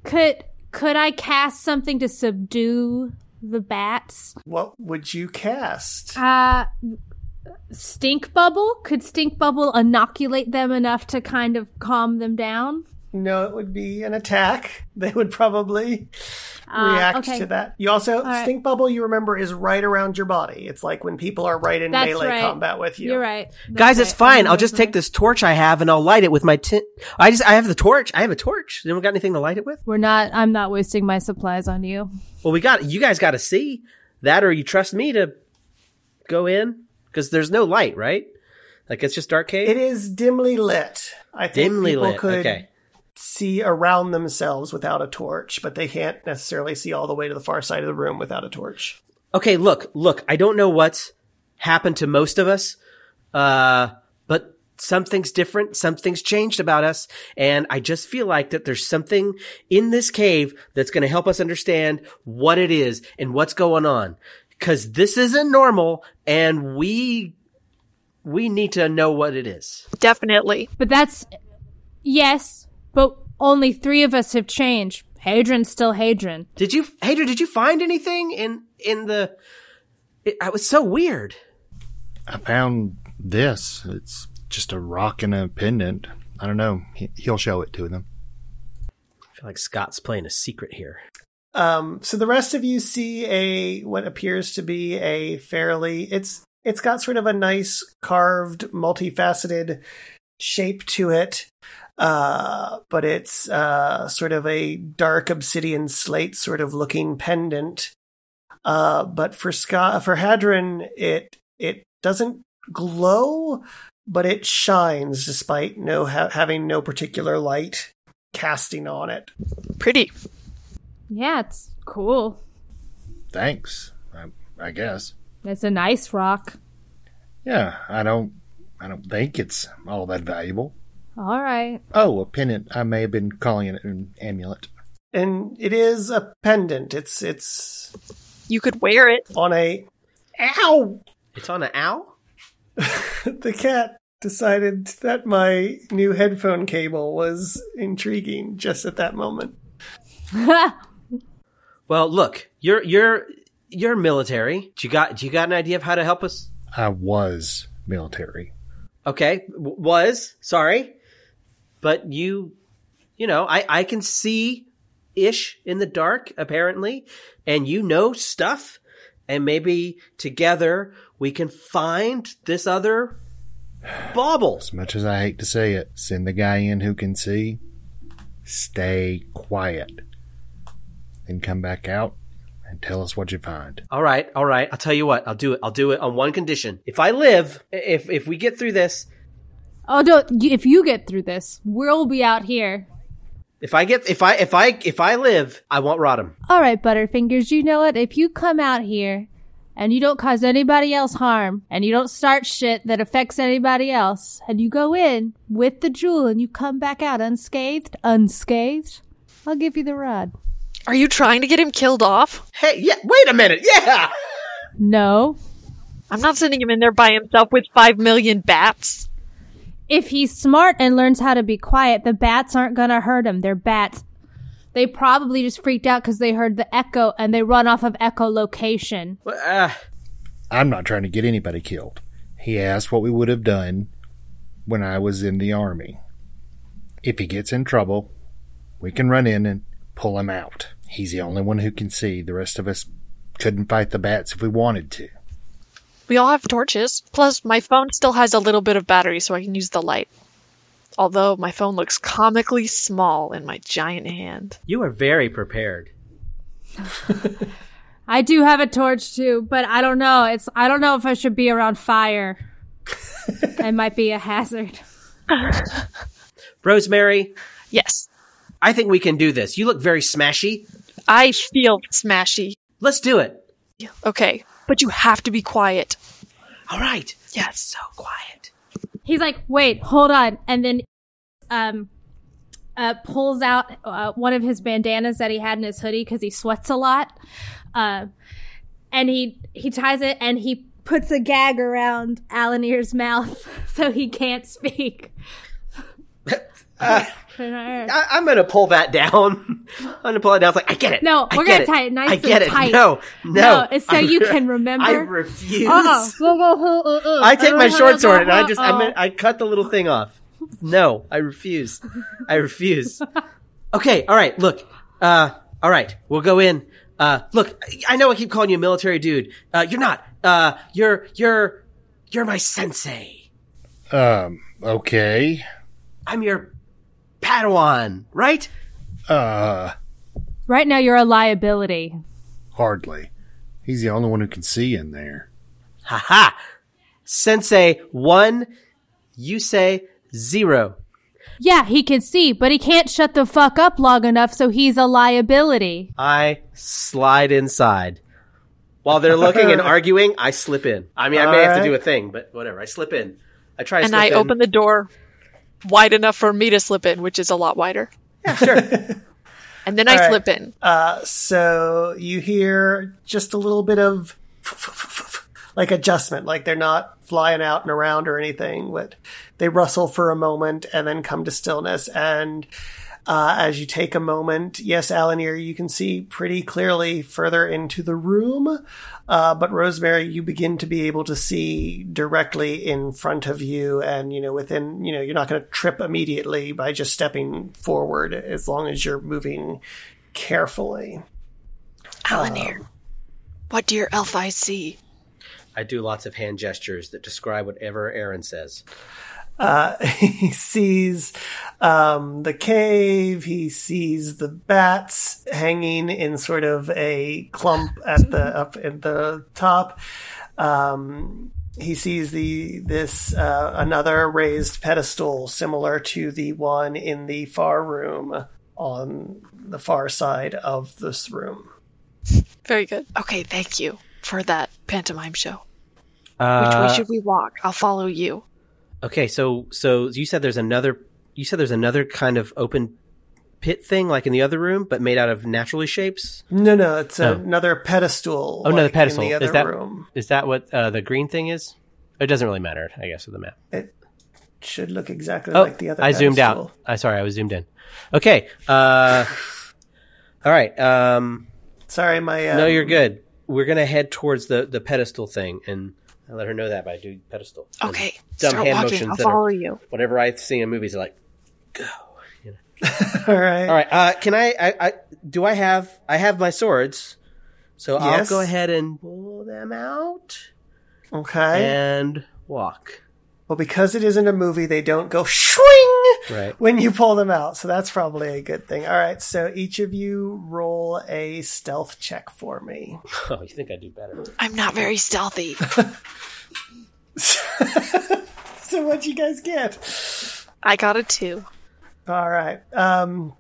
Speaker 2: could, could I cast something to subdue the bats?
Speaker 4: what would you cast
Speaker 2: Uh, stink bubble? Could stink bubble inoculate them enough to kind of calm them down?
Speaker 4: no it would be an attack they would probably
Speaker 2: Uh,
Speaker 4: react
Speaker 2: okay.
Speaker 4: to that. You also
Speaker 2: right.
Speaker 4: stink bubble. You remember is right around your body. It's like when people are right in
Speaker 2: That's
Speaker 4: melee
Speaker 2: right.
Speaker 4: combat with you.
Speaker 2: You're right.
Speaker 3: Guys,
Speaker 2: That's
Speaker 3: it's
Speaker 2: right.
Speaker 3: fine. I'll just take this torch I have and I'll light it with my tin. I just I have the torch. I have a torch. Anyone got anything to light it with?
Speaker 2: We're not. I'm not wasting my supplies on you.
Speaker 3: Well, we got you guys got to see that, or you trust me to go in because there's no light, right? Like it's just dark cave.
Speaker 4: It is dimly lit. I think
Speaker 3: dimly
Speaker 4: people
Speaker 3: lit.
Speaker 4: could
Speaker 3: Okay.
Speaker 4: see around themselves without a torch, but they can't necessarily see all the way to the far side of the room without a torch.
Speaker 3: Okay. Look, look. I don't know what's happened to most of us, uh, but something's different. Something's changed about us, and I just feel like that there's something in this cave that's going to help us understand what it is and what's going on. Because this isn't normal, and we we need to know what it is.
Speaker 5: Definitely.
Speaker 2: But that's yes. But only three of us have changed. Hadron's still Hadron.
Speaker 3: Did you, Hader? Did you find anything in in the? It, it was so weird.
Speaker 6: I found this. It's just a rock and a pendant. I don't know. He- He'll show it to them.
Speaker 3: I feel like Scott's playing a secret here.
Speaker 4: Um, so the rest of you see a what appears to be a fairly it's it's got sort of a nice carved, multifaceted shape to it. Uh, but it's uh, sort of a dark obsidian slate sort of looking pendant. Uh, but for Ska- for Hadron, it it doesn't glow, but it shines despite no ha- having no particular light casting on it.
Speaker 5: Pretty.
Speaker 2: Yeah, it's cool.
Speaker 6: Thanks. I, I guess.
Speaker 2: It's a nice rock.
Speaker 6: Yeah, I don't. I don't think it's all that valuable.
Speaker 2: All right.
Speaker 6: Oh, a pendant. I may have been calling it an amulet.
Speaker 4: And it is a pendant. It's it's
Speaker 5: You could wear it.
Speaker 4: on a ow.
Speaker 3: It's on an owl?
Speaker 4: The cat decided that my new headphone cable was intriguing just at that moment.
Speaker 3: Well, look, you're you're you're military. Do you got do you got an idea of how to help us?
Speaker 6: I was military.
Speaker 3: Okay, w- was sorry, but you, you know, I I can see ish in the dark apparently, and you know stuff, and maybe together we can find this other bauble.
Speaker 6: As much as I hate to say it, send the guy in who can see. Stay quiet. Then come back out and tell us what you find.
Speaker 3: All right, all right. I'll tell you what. I'll do it. I'll do it on one condition. If I live, if if we get through this,
Speaker 2: Oh, no, if you get through this, we'll be out here.
Speaker 3: if I get if I if I if I live, I want Rodham.
Speaker 2: All right, Butterfingers, you know what? If you come out here and you don't cause anybody else harm and you don't start shit that affects anybody else and you go in with the jewel and you come back out unscathed, unscathed, I'll give you the rod.
Speaker 5: Are you trying to get him killed off?
Speaker 3: Hey, yeah. Wait a minute. Yeah.
Speaker 2: No.
Speaker 5: I'm not sending him in there by himself with five million bats.
Speaker 2: If he's smart and learns how to be quiet, the bats aren't going to hurt him. They're bats. They probably just freaked out because they heard the echo and they run off of echolocation.
Speaker 3: Uh,
Speaker 6: I'm not trying to get anybody killed. He asked what we would have done when I was in the army. If he gets in trouble, we can run in and pull him out. He's the only one who can see. The rest of us couldn't fight the bats if we wanted to.
Speaker 5: We all have torches. Plus, my phone still has a little bit of battery, so I can use the light. Although my phone looks comically small in my giant hand.
Speaker 3: you are very prepared.
Speaker 2: I do have a torch too, but I don't know. It's I don't know if I should be around fire. it might be a hazard.
Speaker 3: Rosemary,
Speaker 5: Yes,
Speaker 3: I think we can do this. You look very smashy.
Speaker 5: I feel smashy.
Speaker 3: Let's do it.
Speaker 5: Okay, but you have to be quiet.
Speaker 3: All right.
Speaker 5: Yes.
Speaker 3: So quiet.
Speaker 2: He's like, "Wait, hold on," and then, um, uh, pulls out uh, one of his bandanas that he had in his hoodie because he sweats a lot, uh, and he he ties it and he puts a gag around Alanir's mouth so he can't speak.
Speaker 3: I, I'm gonna pull that down. I'm gonna pull it down. It's like I get it.
Speaker 2: No,
Speaker 3: I
Speaker 2: we're
Speaker 3: get
Speaker 2: gonna tie it nice
Speaker 3: I get
Speaker 2: and
Speaker 3: it.
Speaker 2: tight.
Speaker 3: No, no.
Speaker 2: No, it's so
Speaker 3: I-
Speaker 2: you can remember.
Speaker 3: I refuse.
Speaker 2: Uh-uh.
Speaker 3: Uh-huh.
Speaker 7: uh,
Speaker 3: I
Speaker 2: Oh,
Speaker 3: take my short sword and I just
Speaker 7: uh-huh.
Speaker 3: I'm gonna, I cut the little thing off. No, I refuse. I refuse. Okay, all right. Look, uh, all right. We'll go in. Uh, look, I- I know I keep calling you a military dude. Uh, you're not. Uh, you're you're you're my sensei.
Speaker 6: Um, okay.
Speaker 3: I'm your Padawan, right?
Speaker 6: Uh,
Speaker 2: Right now, you're a liability.
Speaker 6: hardly. He's the only one who can see in there.
Speaker 3: Haha. Sensei one, you say zero.
Speaker 2: Yeah, he can see, but he can't shut the fuck up long enough, so he's a liability.
Speaker 3: I slide inside. While they're looking and arguing, I slip in. I mean, I may have to
Speaker 4: Alright.
Speaker 3: do a thing, but whatever. I slip in. I try to
Speaker 5: And
Speaker 3: slip
Speaker 5: I
Speaker 3: in.
Speaker 5: open the door wide enough for me to slip in, which is a lot wider. sure. and then I slip in.
Speaker 4: So you hear just a little bit of like adjustment, like they're not flying out and around or anything, but they rustle for a moment and then come to stillness. And uh, as you take a moment, yes, Alan, here you can see pretty clearly further into the room, uh, but Rosemary, you begin to be able to see directly in front of you, and you know within, you know, you're not going to trip immediately by just stepping forward as long as you're moving carefully.
Speaker 5: Alanir, what do your elf eyes see?
Speaker 3: I do lots of hand gestures that describe whatever Aaron says.
Speaker 4: Uh, he sees um, the cave. He sees the bats hanging in sort of a clump at the up at the top. Um, he sees the this uh, another raised pedestal similar to the one in the far room on the far side of this room.
Speaker 5: Very good. Okay, thank you for that pantomime show. Which
Speaker 3: Uh,
Speaker 5: way should we walk? I'll follow you.
Speaker 3: okay, so so you said there's another you said there's another kind of open pit thing like in the other room, but made out of naturally shapes.
Speaker 4: No, no, it's
Speaker 3: Oh.
Speaker 4: another pedestal.
Speaker 3: Oh, another
Speaker 4: like,
Speaker 3: pedestal.
Speaker 4: in the other
Speaker 3: Is that-
Speaker 4: room.
Speaker 3: Is that what uh, the green thing is? It doesn't really matter, I guess, with the map.
Speaker 4: Should look exactly
Speaker 3: Oh,
Speaker 4: like the other.
Speaker 3: I zoomed out.
Speaker 4: pedestal.
Speaker 3: I sorry, I was zoomed in. Okay. Uh, all right. Um,
Speaker 4: Sorry, my uh,
Speaker 3: no, you're good. We're gonna head towards the the pedestal thing, and I let her know that by doing pedestal. And
Speaker 5: Okay,
Speaker 3: Dumb
Speaker 5: start
Speaker 3: hand
Speaker 5: walking.
Speaker 3: motions
Speaker 5: I'll
Speaker 3: that are-
Speaker 5: follow you.
Speaker 3: whatever I've seen in movies, like.
Speaker 4: all right.
Speaker 3: All right. Uh, can I, I? I do I have? I have my swords, so I'll
Speaker 4: Yes.
Speaker 3: go ahead and pull them out
Speaker 4: Okay.
Speaker 3: and walk.
Speaker 4: Well, because it isn't a movie, they don't go swing
Speaker 3: Right.
Speaker 4: when you pull them out. So that's probably a good thing. All right. So each of you roll a stealth check for me.
Speaker 3: Oh, you think I do better?
Speaker 5: I'm not very stealthy.
Speaker 4: So what you guys get?
Speaker 5: I got a two.
Speaker 4: All right. Um,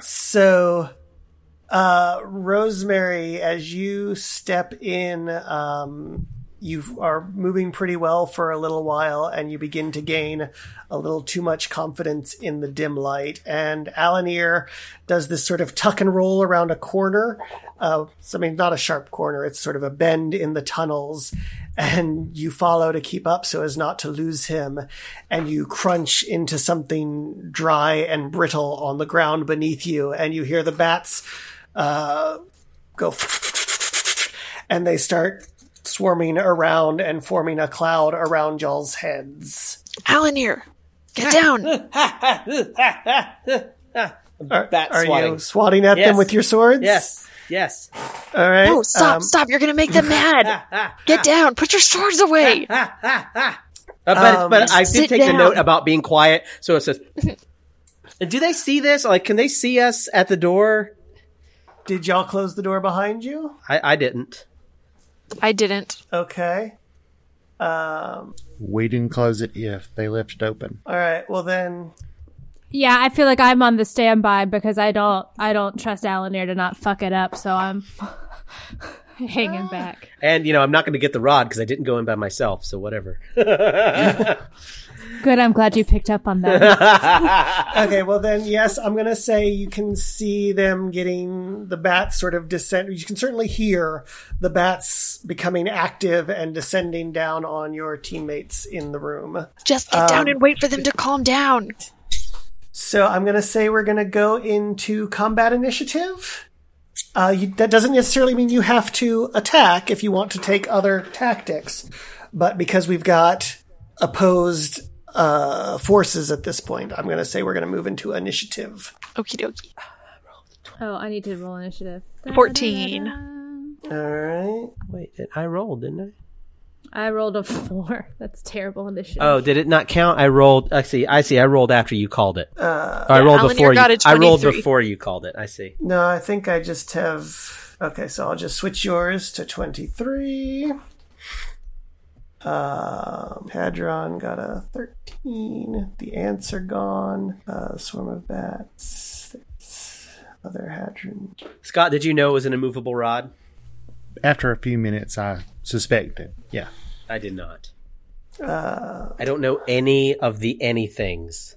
Speaker 4: so, uh, Rosemary, as you step in, um, you are moving pretty well for a little while, and you begin to gain a little too much confidence in the dim light. And Alanir does this sort of tuck and roll around a corner. Uh, so, I mean, not a sharp corner; it's sort of a bend in the tunnels, and you follow to keep up so as not to lose him. And you crunch into something dry and brittle on the ground beneath you, and you hear the bats uh, go, and they start swarming around and forming a cloud around y'all's heads.
Speaker 5: Alan here, get down.
Speaker 3: Bat
Speaker 4: Are
Speaker 3: swatting.
Speaker 4: you swatting at
Speaker 3: Yes.
Speaker 4: them with your swords?
Speaker 3: Yes. Yes.
Speaker 4: All right.
Speaker 5: No, stop,
Speaker 4: Um,
Speaker 5: stop. You're gonna make them mad. Get down. Put your swords away.
Speaker 3: Uh, but
Speaker 4: Um,
Speaker 3: but I did
Speaker 5: sit
Speaker 3: take the
Speaker 5: down.
Speaker 3: note about being quiet, so it says. And do they see this? Like, can they see us at the door?
Speaker 4: Uh, Did y'all close the door behind you?
Speaker 3: I, I didn't.
Speaker 5: I didn't.
Speaker 4: Okay.
Speaker 6: We didn't close it if they left it open.
Speaker 4: All right. Well then.
Speaker 7: Yeah, I feel like I'm on the standby because I don't I don't trust Alanir to not fuck it up, so I'm
Speaker 2: Ah.
Speaker 7: hanging back.
Speaker 3: And you know, I'm not going to get the rod because I didn't go in by myself. So whatever.
Speaker 7: Good, I'm glad you picked up on that.
Speaker 4: Okay, well then, yes, I'm gonna say you can see them getting the bats sort of descend. You can certainly hear the bats becoming active and descending down on your teammates in the room.
Speaker 5: Just get down and wait for them to calm down.
Speaker 4: So I'm gonna say we're gonna go into combat initiative. Uh, you, that doesn't necessarily mean you have to attack if you want to take other tactics, but because we've got opposed uh, forces at this point, I'm gonna say we're gonna move into initiative.
Speaker 5: Okie dokie.
Speaker 7: oh, I need to roll initiative.
Speaker 5: 14.
Speaker 4: All right.
Speaker 3: Wait, did- I rolled, didn't
Speaker 7: I rolled a four. That's terrible initiative.
Speaker 3: I? Oh, did it not count? I rolled. I see. I see. I rolled after you called it. Or I rolled
Speaker 5: Uh, Alan,
Speaker 3: before.
Speaker 5: you got
Speaker 3: you,
Speaker 5: a
Speaker 3: I rolled
Speaker 5: 23.
Speaker 3: before you called it. I see.
Speaker 4: No, I think I just have. Okay, so I'll just switch yours to 23. Um, Hadron got a 13. The ants are gone. Uh, swarm of bats. Other Hadron.
Speaker 3: Scott, did you know it was an immovable rod?
Speaker 6: After a few minutes, I suspected. Yeah.
Speaker 3: I did not.
Speaker 5: Uh,
Speaker 3: I don't know any of the anythings.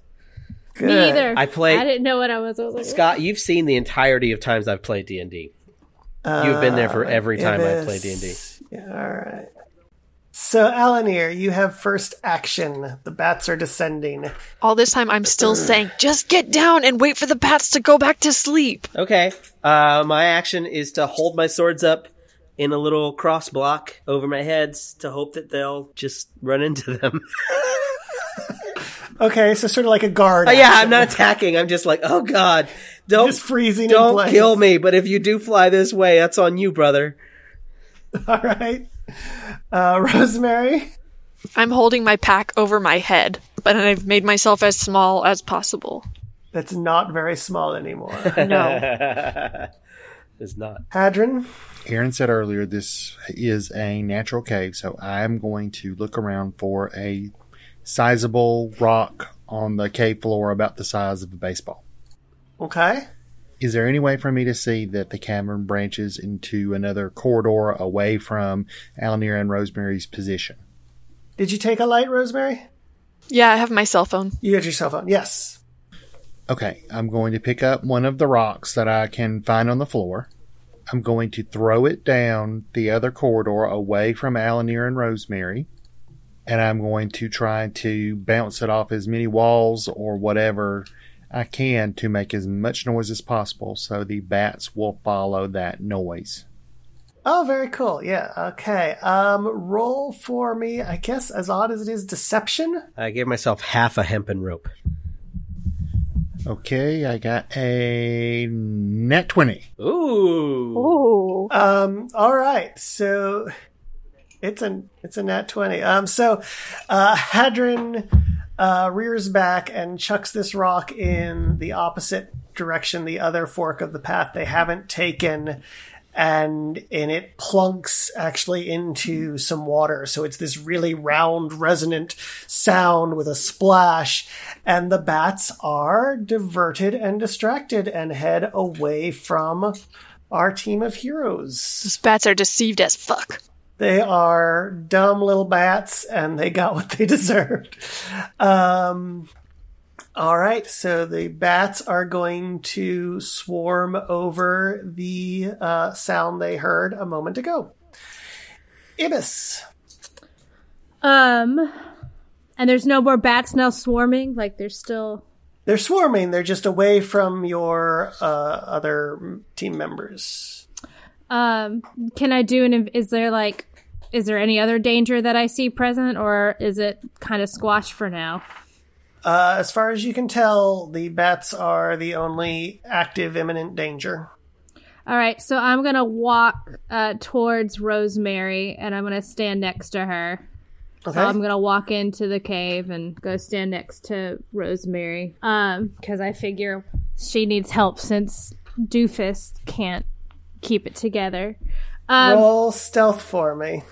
Speaker 4: Good.
Speaker 7: Me either.
Speaker 3: I play-
Speaker 7: I didn't know what I was. I was like,
Speaker 3: Scott, you've seen the entirety of times I've played D and D. You've been there for
Speaker 4: Uh,
Speaker 3: every time I've played D and D.
Speaker 4: Yeah, all right. So, Alanir, you have first action. The bats are descending.
Speaker 5: All this time, I'm still saying, just get down and wait for the bats to go back to sleep.
Speaker 3: Okay. Uh, my action is to hold my swords up in a little cross block over my heads to hope that they'll just run into them.
Speaker 4: Okay, so sort of like a guard.
Speaker 3: Uh, yeah, I'm not attacking. I'm just like, oh god, Don't
Speaker 4: Just freezing in
Speaker 3: Don't
Speaker 4: place.
Speaker 3: kill me. But if you do fly this way, that's on you, brother.
Speaker 4: All right. Uh, Rosemary.
Speaker 5: I'm holding my pack over my head, but I've made myself as small as possible.
Speaker 4: That's not very small anymore.
Speaker 5: No.
Speaker 3: It's not.
Speaker 4: Hadron.
Speaker 6: Aaron said earlier this is a natural cave, so I'm going to look around for a sizable rock on the cave floor about the size of a baseball.
Speaker 4: Okay.
Speaker 6: Is there any way for me to see that the cavern branches into another corridor away from Alnir and Rosemary's position?
Speaker 4: Did you take a light, Rosemary?
Speaker 5: yeah, I have my cell phone.
Speaker 4: You got your cell phone. Yes.
Speaker 6: Okay, I'm going to pick up one of the rocks that I can find on the floor. I'm going to throw it down the other corridor away from Alanir and Rosemary. And I'm going to try to bounce it off as many walls or whatever I can to make as much noise as possible so the bats will follow that noise.
Speaker 4: Oh, very cool. Yeah. Okay. Um, roll for me. I guess as odd as it is, deception.
Speaker 3: I gave myself half a hempen rope.
Speaker 6: Okay, I got a net 20.
Speaker 3: Ooh.
Speaker 5: Oh.
Speaker 4: Um, all right. So it's a it's a nat twenty. Um, so uh, Hadron uh, rears back and chucks this rock in the opposite direction, the other fork of the path they haven't taken. And and it plunks actually into some water, so it's this really round, resonant sound with a splash, and the bats are diverted and distracted and head away from our team of heroes.
Speaker 5: Those bats are deceived as fuck.
Speaker 4: They are dumb little bats, and they got what they deserved. Um, all right, so the bats are going to swarm over the uh, sound they heard a moment ago. Ibis,
Speaker 2: Um, and there's no more bats now swarming. Like there's still
Speaker 4: they're swarming. They're just away from your uh, other team members.
Speaker 2: Um, can I do an? inv- Is there like, is there any other danger that I see present, or is it kind of squashed for now?
Speaker 4: Uh, as far as you can tell, the bats are the only active imminent danger.
Speaker 2: All right, so I'm gonna walk uh, towards Rosemary, and I'm gonna stand next to her.
Speaker 4: Okay.
Speaker 2: So I'm gonna walk into the cave and go stand next to Rosemary, um, because I figure she needs help since Doofus can't keep it together. Um, roll.
Speaker 4: Roll stealth for me.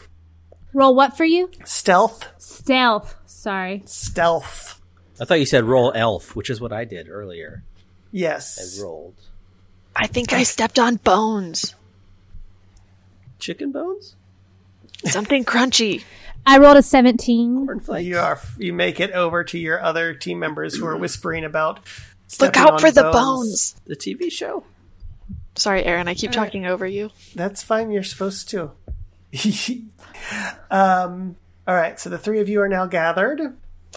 Speaker 2: roll what for you?
Speaker 4: Stealth.
Speaker 2: Stealth. Sorry.
Speaker 4: stealth.
Speaker 3: I thought you said roll elf, which is what I did earlier.
Speaker 4: Yes.
Speaker 3: Rolled.
Speaker 5: I think I stepped on bones.
Speaker 3: Chicken bones?
Speaker 5: Something crunchy.
Speaker 2: I rolled a 17.
Speaker 3: Cornflakes?
Speaker 4: You are you make it over to your other team members who are whispering about
Speaker 5: Look
Speaker 4: stepping on
Speaker 5: out for the
Speaker 4: bones.
Speaker 5: bones.
Speaker 3: The TV show?
Speaker 5: Sorry, Aaron, I keep talking over you.
Speaker 4: That's fine, you're supposed to. um all right, so the three of you are now gathered.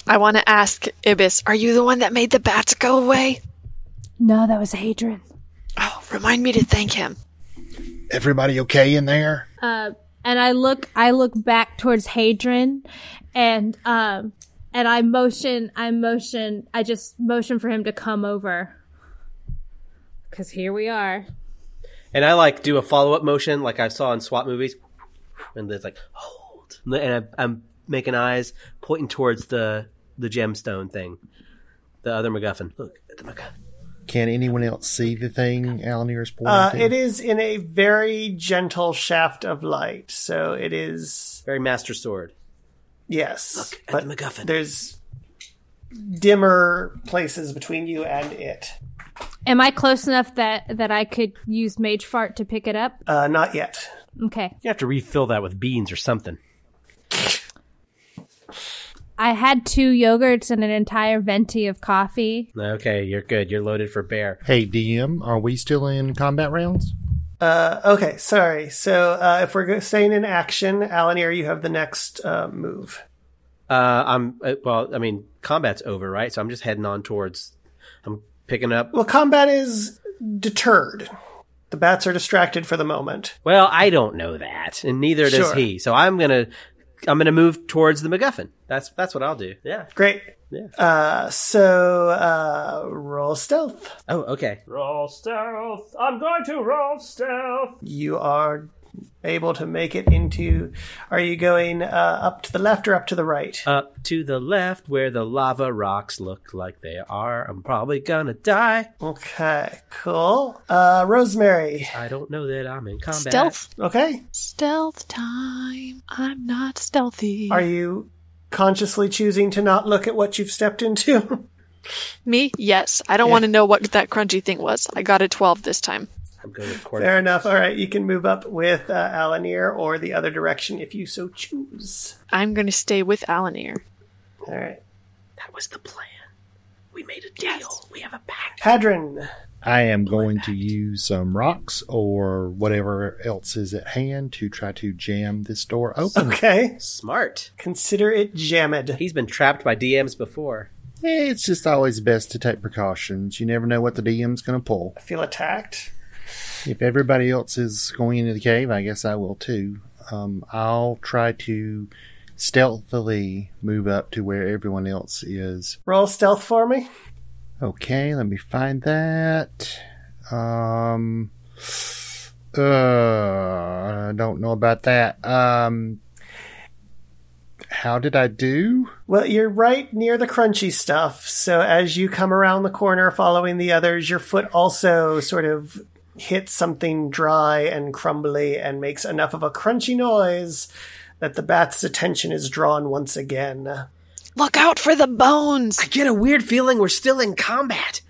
Speaker 5: I want to ask Ibis, are you the one that made the bats go away?
Speaker 7: No, that was Hadron.
Speaker 5: Oh, remind me to thank him.
Speaker 6: Everybody okay in there?
Speaker 2: Uh, and I look, I look back towards Hadron and, um, and I motion, I motion, I just motion for him to come over. Cause here we are.
Speaker 3: And I like do a follow up motion like I saw in SWAT movies, and it's like hold, and I, I'm making eyes pointing towards the the gemstone thing, the other MacGuffin. Look at the MacGuffin.
Speaker 6: Can anyone else see the thing Alanir is pointing
Speaker 4: Uh,
Speaker 6: to?
Speaker 4: it is in a very gentle shaft of light, so it is
Speaker 3: Very master sword.
Speaker 4: yes,
Speaker 3: Look at
Speaker 4: but
Speaker 3: the MacGuffin.
Speaker 4: there's dimmer places between you and it.
Speaker 2: Am I close enough that, that I could use Mage Fart to pick it up?
Speaker 4: Uh, not yet.
Speaker 2: Okay.
Speaker 3: You have to refill that with beans or something.
Speaker 2: I had two yogurts and an entire venti of coffee.
Speaker 3: Okay, you're good. You're loaded for bear.
Speaker 6: Hey, DM, are we still in combat rounds?
Speaker 4: Uh, okay, sorry. So uh, if we're go- staying in action, Alanir, you have the next uh, move.
Speaker 3: Uh, I'm uh, well. I mean, combat's over, right? So I'm just heading on towards. I'm picking up.
Speaker 4: Well, combat is deterred. The bats are distracted for the moment.
Speaker 3: Well, I don't know that, and neither does
Speaker 4: Sure.
Speaker 3: he. So I'm gonna I'm gonna move towards the MacGuffin. That's that's what I'll do. Yeah.
Speaker 4: Great.
Speaker 3: Yeah.
Speaker 4: Uh, so uh, roll stealth.
Speaker 3: Oh, okay.
Speaker 8: Roll stealth. I'm going to roll stealth.
Speaker 4: You are able to make it into. Are you going uh, up to the left or up to the right?
Speaker 3: Up to the left, where the lava rocks look like they are. I'm probably gonna die.
Speaker 4: Okay, cool. Uh, Rosemary.
Speaker 3: I don't know that I'm in combat.
Speaker 5: Stealth.
Speaker 4: Okay.
Speaker 5: Stealth time. I'm not stealthy.
Speaker 4: Are you consciously choosing to not look at what you've stepped into?
Speaker 5: Me? Yes. I don't want to know what that crunchy thing was. I got a 12 this time.
Speaker 3: I'm going with court.
Speaker 4: Fair enough. All right, you can move up with uh, Alanir or the other direction if you so choose.
Speaker 5: I'm going to stay with Alanir.
Speaker 4: All right,
Speaker 3: That was the plan. We made a deal. We have a pact.
Speaker 4: Hadron.
Speaker 6: I am going to use some rocks or whatever else is at hand to try to jam this door open.
Speaker 4: Okay,
Speaker 3: Smart.
Speaker 4: consider it jammed.
Speaker 3: He's been trapped by DMs before.
Speaker 6: Eh, It's just always best to take precautions. You never know what the DM's going to pull.
Speaker 4: I feel attacked.
Speaker 6: If everybody else is going into the cave, I guess I will too. Um, I'll try to stealthily move up to where everyone else is.
Speaker 4: Roll stealth for me.
Speaker 6: Okay, let me find that. Um, uh, I don't know about that. Um, how did I do?
Speaker 4: Well, you're right near the crunchy stuff. So as you come around the corner following the others, your foot also sort of hits something dry and crumbly and makes enough of a crunchy noise that the bat's attention is drawn once again.
Speaker 5: Look out for the bones.
Speaker 3: I get a weird feeling we're still in combat.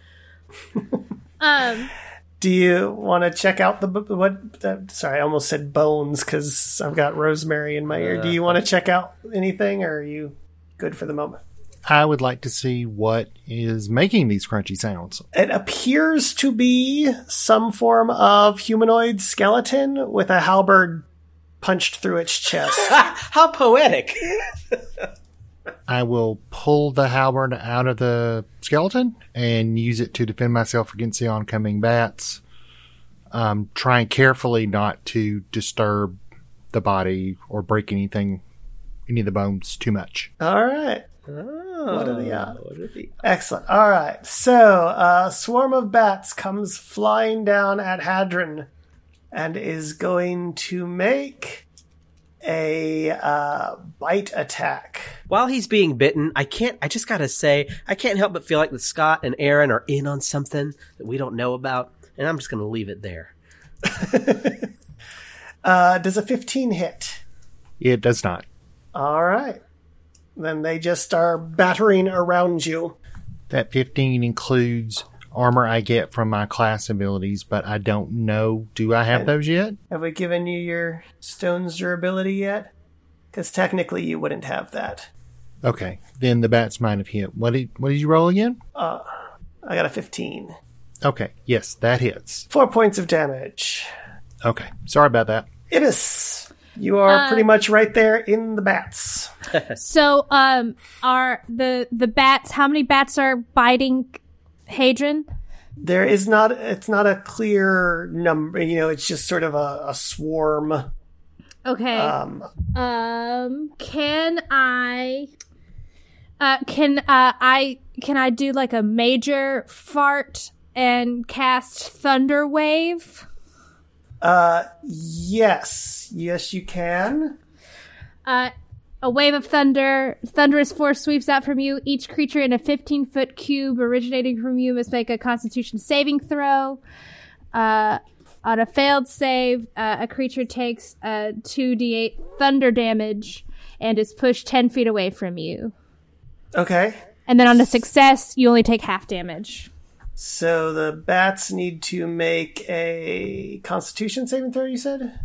Speaker 2: Um,
Speaker 4: Do you want to check out the b- what? Uh, sorry, I almost said bones because I've got rosemary in my ear. Do you want to check out anything, or are you good for the moment?
Speaker 6: I would like to see what is making these crunchy sounds.
Speaker 4: It appears to be some form of humanoid skeleton with a halberd punched through its chest.
Speaker 3: How poetic.
Speaker 6: I will pull the halberd out of the skeleton and use it to defend myself against the oncoming bats. Um, trying carefully not to disturb the body or break anything, any of the bones too much.
Speaker 4: All right. Oh. What are the odds?
Speaker 3: What are the-
Speaker 4: Excellent. All right. So, a swarm of bats comes flying down at Hadron and is going to make a uh, bite attack.
Speaker 3: While he's being bitten, I can't. I just gotta say, I can't help but feel like that Scott and Aaron are in on something that we don't know about, and I'm just gonna leave it there.
Speaker 4: Uh, does a 15 hit?
Speaker 6: It does not.
Speaker 4: All right. Then they just are battering around you.
Speaker 6: That 15 includes armor I get from my class abilities, but I don't know. Do I have those yet?
Speaker 4: Have we given you your stone's durability yet? Because technically you wouldn't have that.
Speaker 6: Okay. Then the bats might have hit. What did, what did you roll again?
Speaker 4: I got a 15.
Speaker 6: Okay. Yes, that hits.
Speaker 4: Four points of damage.
Speaker 6: Okay. Sorry about that.
Speaker 4: Ibis, you are pretty much right there in the bats.
Speaker 2: so um, are the the bats? How many bats are biting Hadron?
Speaker 4: There is not, it's not a clear number, you know, it's just sort of a, a swarm.
Speaker 2: Okay.
Speaker 4: Um,
Speaker 2: Um, can I? Uh, can uh, I? Can I do like a major fart and cast Thunder Wave?
Speaker 4: yes, yes, you can.
Speaker 2: Uh, a wave of thunder, thunderous force sweeps out from you. Each creature in a 15 foot cube originating from you must make a Constitution saving throw. Uh, on a failed save, uh, a creature takes uh, 2d8 thunder damage and is pushed 10 feet away from you.
Speaker 4: Okay.
Speaker 2: And then on a success, you only take half damage.
Speaker 4: So the bats need to make a constitution saving throw, you said?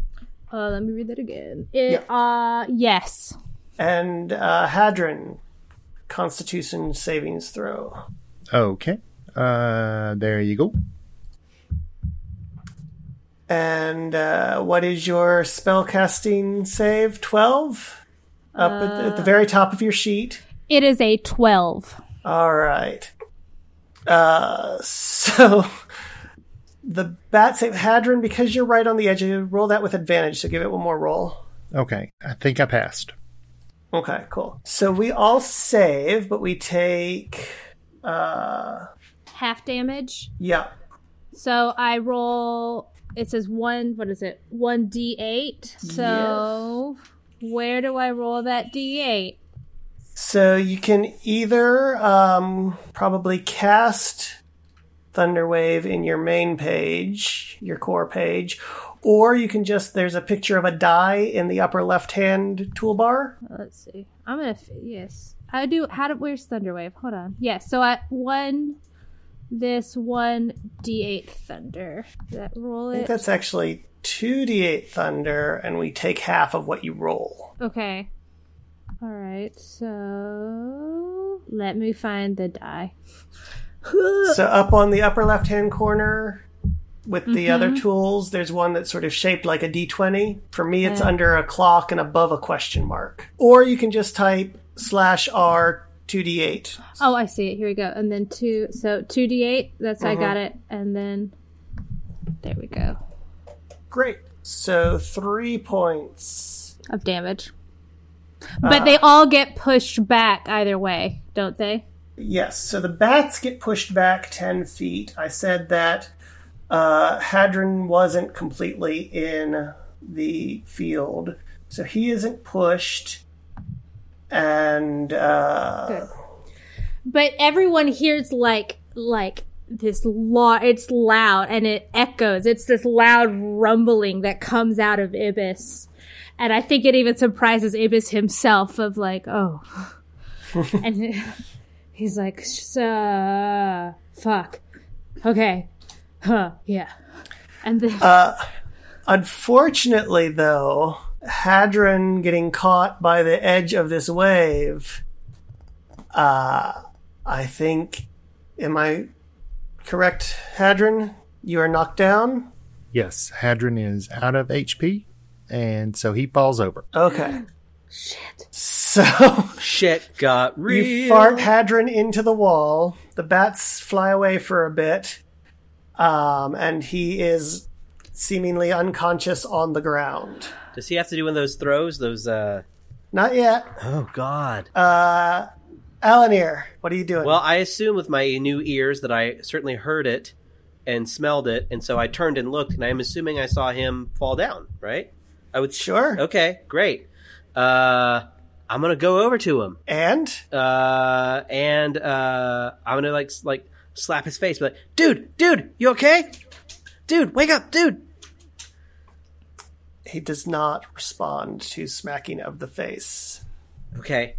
Speaker 2: Uh, let me read that again. It, uh, yes.
Speaker 4: And uh, Hadron, constitution savings throw.
Speaker 6: Okay. Uh, there you go.
Speaker 4: And uh, what is your spellcasting save? 12? Up at, the, at the very top of your sheet.
Speaker 2: It is a 12.
Speaker 4: All right. Uh, so the bat save Hadron, because you're right on the edge, you roll that with advantage, so give it one more roll.
Speaker 6: Okay. I think I passed.
Speaker 4: Okay, cool. So we all save, but we take. Uh,
Speaker 2: half damage.
Speaker 4: yeah.
Speaker 2: So I roll. It says one. What is it? One d eight. So where do I roll that d eight?
Speaker 4: So you can either um, probably cast Thunderwave in your main page, your core page, or you can just there's a picture of a die in the upper left hand toolbar.
Speaker 2: Let's see. I'm gonna. f- Yes. I do. How do? Where's Thunderwave? Hold on. Yes. so I one. This one d eight thunder. Does that roll
Speaker 4: I think
Speaker 2: it?
Speaker 4: that's actually 2d8 thunder, and we take half of what you roll.
Speaker 2: Okay. All right. So let me find the die.
Speaker 4: So up on the upper left hand corner with the other tools, there's one that's sort of shaped like a d20. For me, it's under a clock and above a question mark. Or you can just type slash r 2d8.
Speaker 2: Oh, I see it. Here we go. And then two. So two d eight. That's I got it. And then there we go
Speaker 4: Great. So three points.
Speaker 2: of damage. But they all get pushed back either way, don't they?
Speaker 4: Yes, so the bats get pushed back 10 feet. I said that uh, Hadron wasn't completely in the field, so he isn't pushed. And uh,
Speaker 2: But everyone hears like like this law. It's loud and it echoes. It's this loud rumbling that comes out of Ibis, and I think it even surprises Ibis himself of like, oh, and he's like, "Suh, fuck, okay, huh, yeah, and then
Speaker 4: unfortunately, though, Hadron getting caught by the edge of this wave, uh, I think, am I correct, Hadron? You are knocked down?
Speaker 6: Yes, Hadron is out of HP, and so he falls over.
Speaker 4: Okay. Shit. So
Speaker 3: Shit got real.
Speaker 4: you fart Hadron into the wall. The bats fly away for a bit, um, and he is seemingly unconscious on the ground.
Speaker 3: Does he have to do one of those throws? Those, uh.
Speaker 4: Not yet.
Speaker 3: Oh, God.
Speaker 4: Uh, Alanir, what are you doing?
Speaker 3: Well, I assume with my new ears that I certainly heard it and smelled it, and so I turned and looked, and I'm assuming I saw him fall down, right? I would
Speaker 4: Sure.
Speaker 3: Okay, great. Uh, I'm gonna go over to him,
Speaker 4: and
Speaker 3: uh, and uh, I'm gonna like s- like slap his face, be like, dude, dude, you okay? Dude, wake up, dude.
Speaker 4: he does not respond to smacking of the face.
Speaker 3: Okay,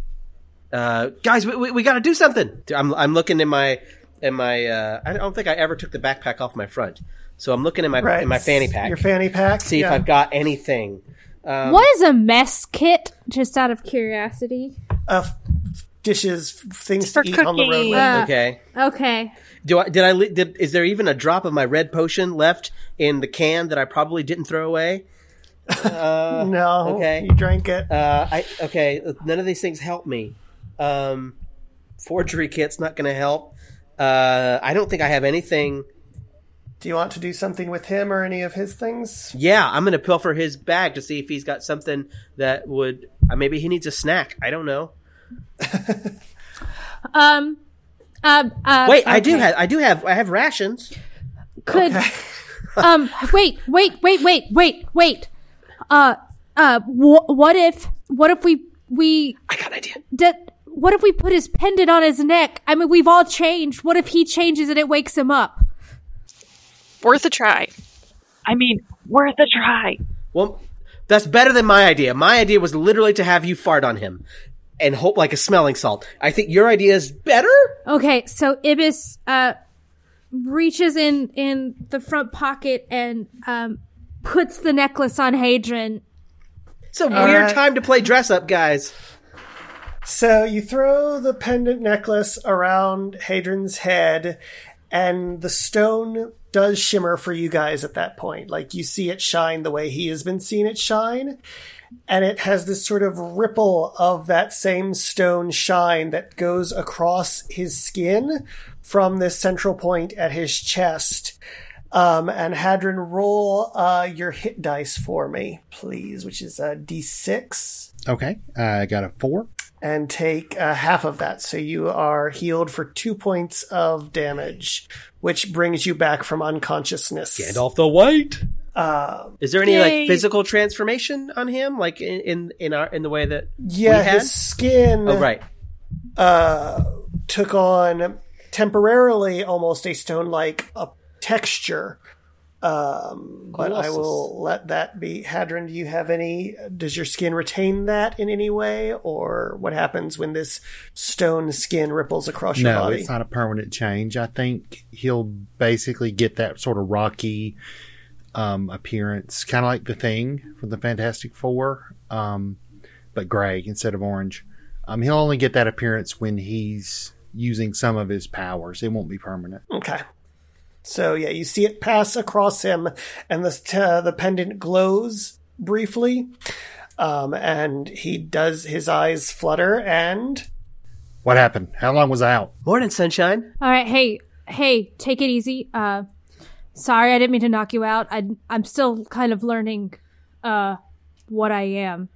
Speaker 3: uh, guys, we, we, we gotta do something. I'm I'm looking in my in my. Uh, I don't think I ever took the backpack off my front, so I'm looking in my in my fanny pack.
Speaker 4: Your fanny pack.
Speaker 3: see if
Speaker 4: Yeah.
Speaker 3: I've got anything. Um,
Speaker 2: what is a mess kit? Just out of curiosity.
Speaker 4: Uh, f- dishes, f- things
Speaker 5: For
Speaker 4: to eat on the road.
Speaker 5: cooking.
Speaker 4: With.
Speaker 3: Okay.
Speaker 2: Okay,
Speaker 3: Do I did I li- did, is there even a drop of my red potion left in the can that I probably didn't throw away?
Speaker 4: no.
Speaker 3: okay.
Speaker 4: You drank it.
Speaker 3: Uh, I okay. None of these things help me. Um, forgery kit's not going to help. Uh, I don't think I have anything.
Speaker 4: do you want to do something with him or any of his things?
Speaker 3: Yeah, I'm going to pilfer his bag to see if he's got something that would. Uh, maybe he needs a snack. I don't know.
Speaker 2: Um, um, uh,
Speaker 3: Wait, I do have. I do have. I have rations.
Speaker 2: could, um, wait, wait, wait, wait, wait, wait. Uh, uh, wh- what if, what if we, we,
Speaker 3: I got an idea.
Speaker 2: did, what if we put his pendant on his neck? I mean, we've all changed. What if he changes and it wakes him up?
Speaker 5: Worth a try. I mean, worth a try.
Speaker 3: Well, that's better than my idea. My idea was literally to have you fart on him and hope like a smelling salt. I think your idea is better.
Speaker 2: Okay, so Ibis, uh, reaches in, in the front pocket and, um, puts the necklace on Hadron.
Speaker 3: It's a weird
Speaker 4: right.
Speaker 3: time to play dress up, guys.
Speaker 4: So you throw the pendant necklace around Hadron's head, and the stone does shimmer for you guys at that point. Like you see it shine the way he has been seeing it shine. And it has this sort of ripple of that same stone shine that goes across his skin from this central point at his chest. Um, and Hadron, roll uh, your hit dice for me, please, which is a d6,
Speaker 6: Okay, I got a four.
Speaker 4: and take uh, half of that. So you are healed for two points of damage, which brings you back from unconsciousness.
Speaker 1: Gandalf the White.
Speaker 3: Is there any
Speaker 5: Yay.
Speaker 3: like physical transformation on him, like in in in, our, in the way that?
Speaker 4: yeah,
Speaker 3: we had?
Speaker 4: his skin
Speaker 3: Oh, right.
Speaker 4: took on temporarily almost a stone-like uh, texture. Um, but I will let that be. Hadron, do you have any? Does your skin retain that in any way, or what happens when this stone skin ripples across your
Speaker 6: No,
Speaker 4: body?
Speaker 6: it's not a permanent change. I think he'll basically get that sort of rocky um, appearance, kind of like the thing from the Fantastic Four, um, but gray instead of orange. Um, he'll only get that appearance when he's using some of his powers. It won't be permanent.
Speaker 4: Okay. So yeah, you see it pass across him, and the uh, the pendant glows briefly, um, and he does his eyes flutter, and
Speaker 6: What happened? How long was I out?
Speaker 3: Morning, sunshine.
Speaker 7: All right, hey, hey, take it easy. Uh, sorry, I didn't mean to knock you out. I, I'm still kind of learning, uh, what I am.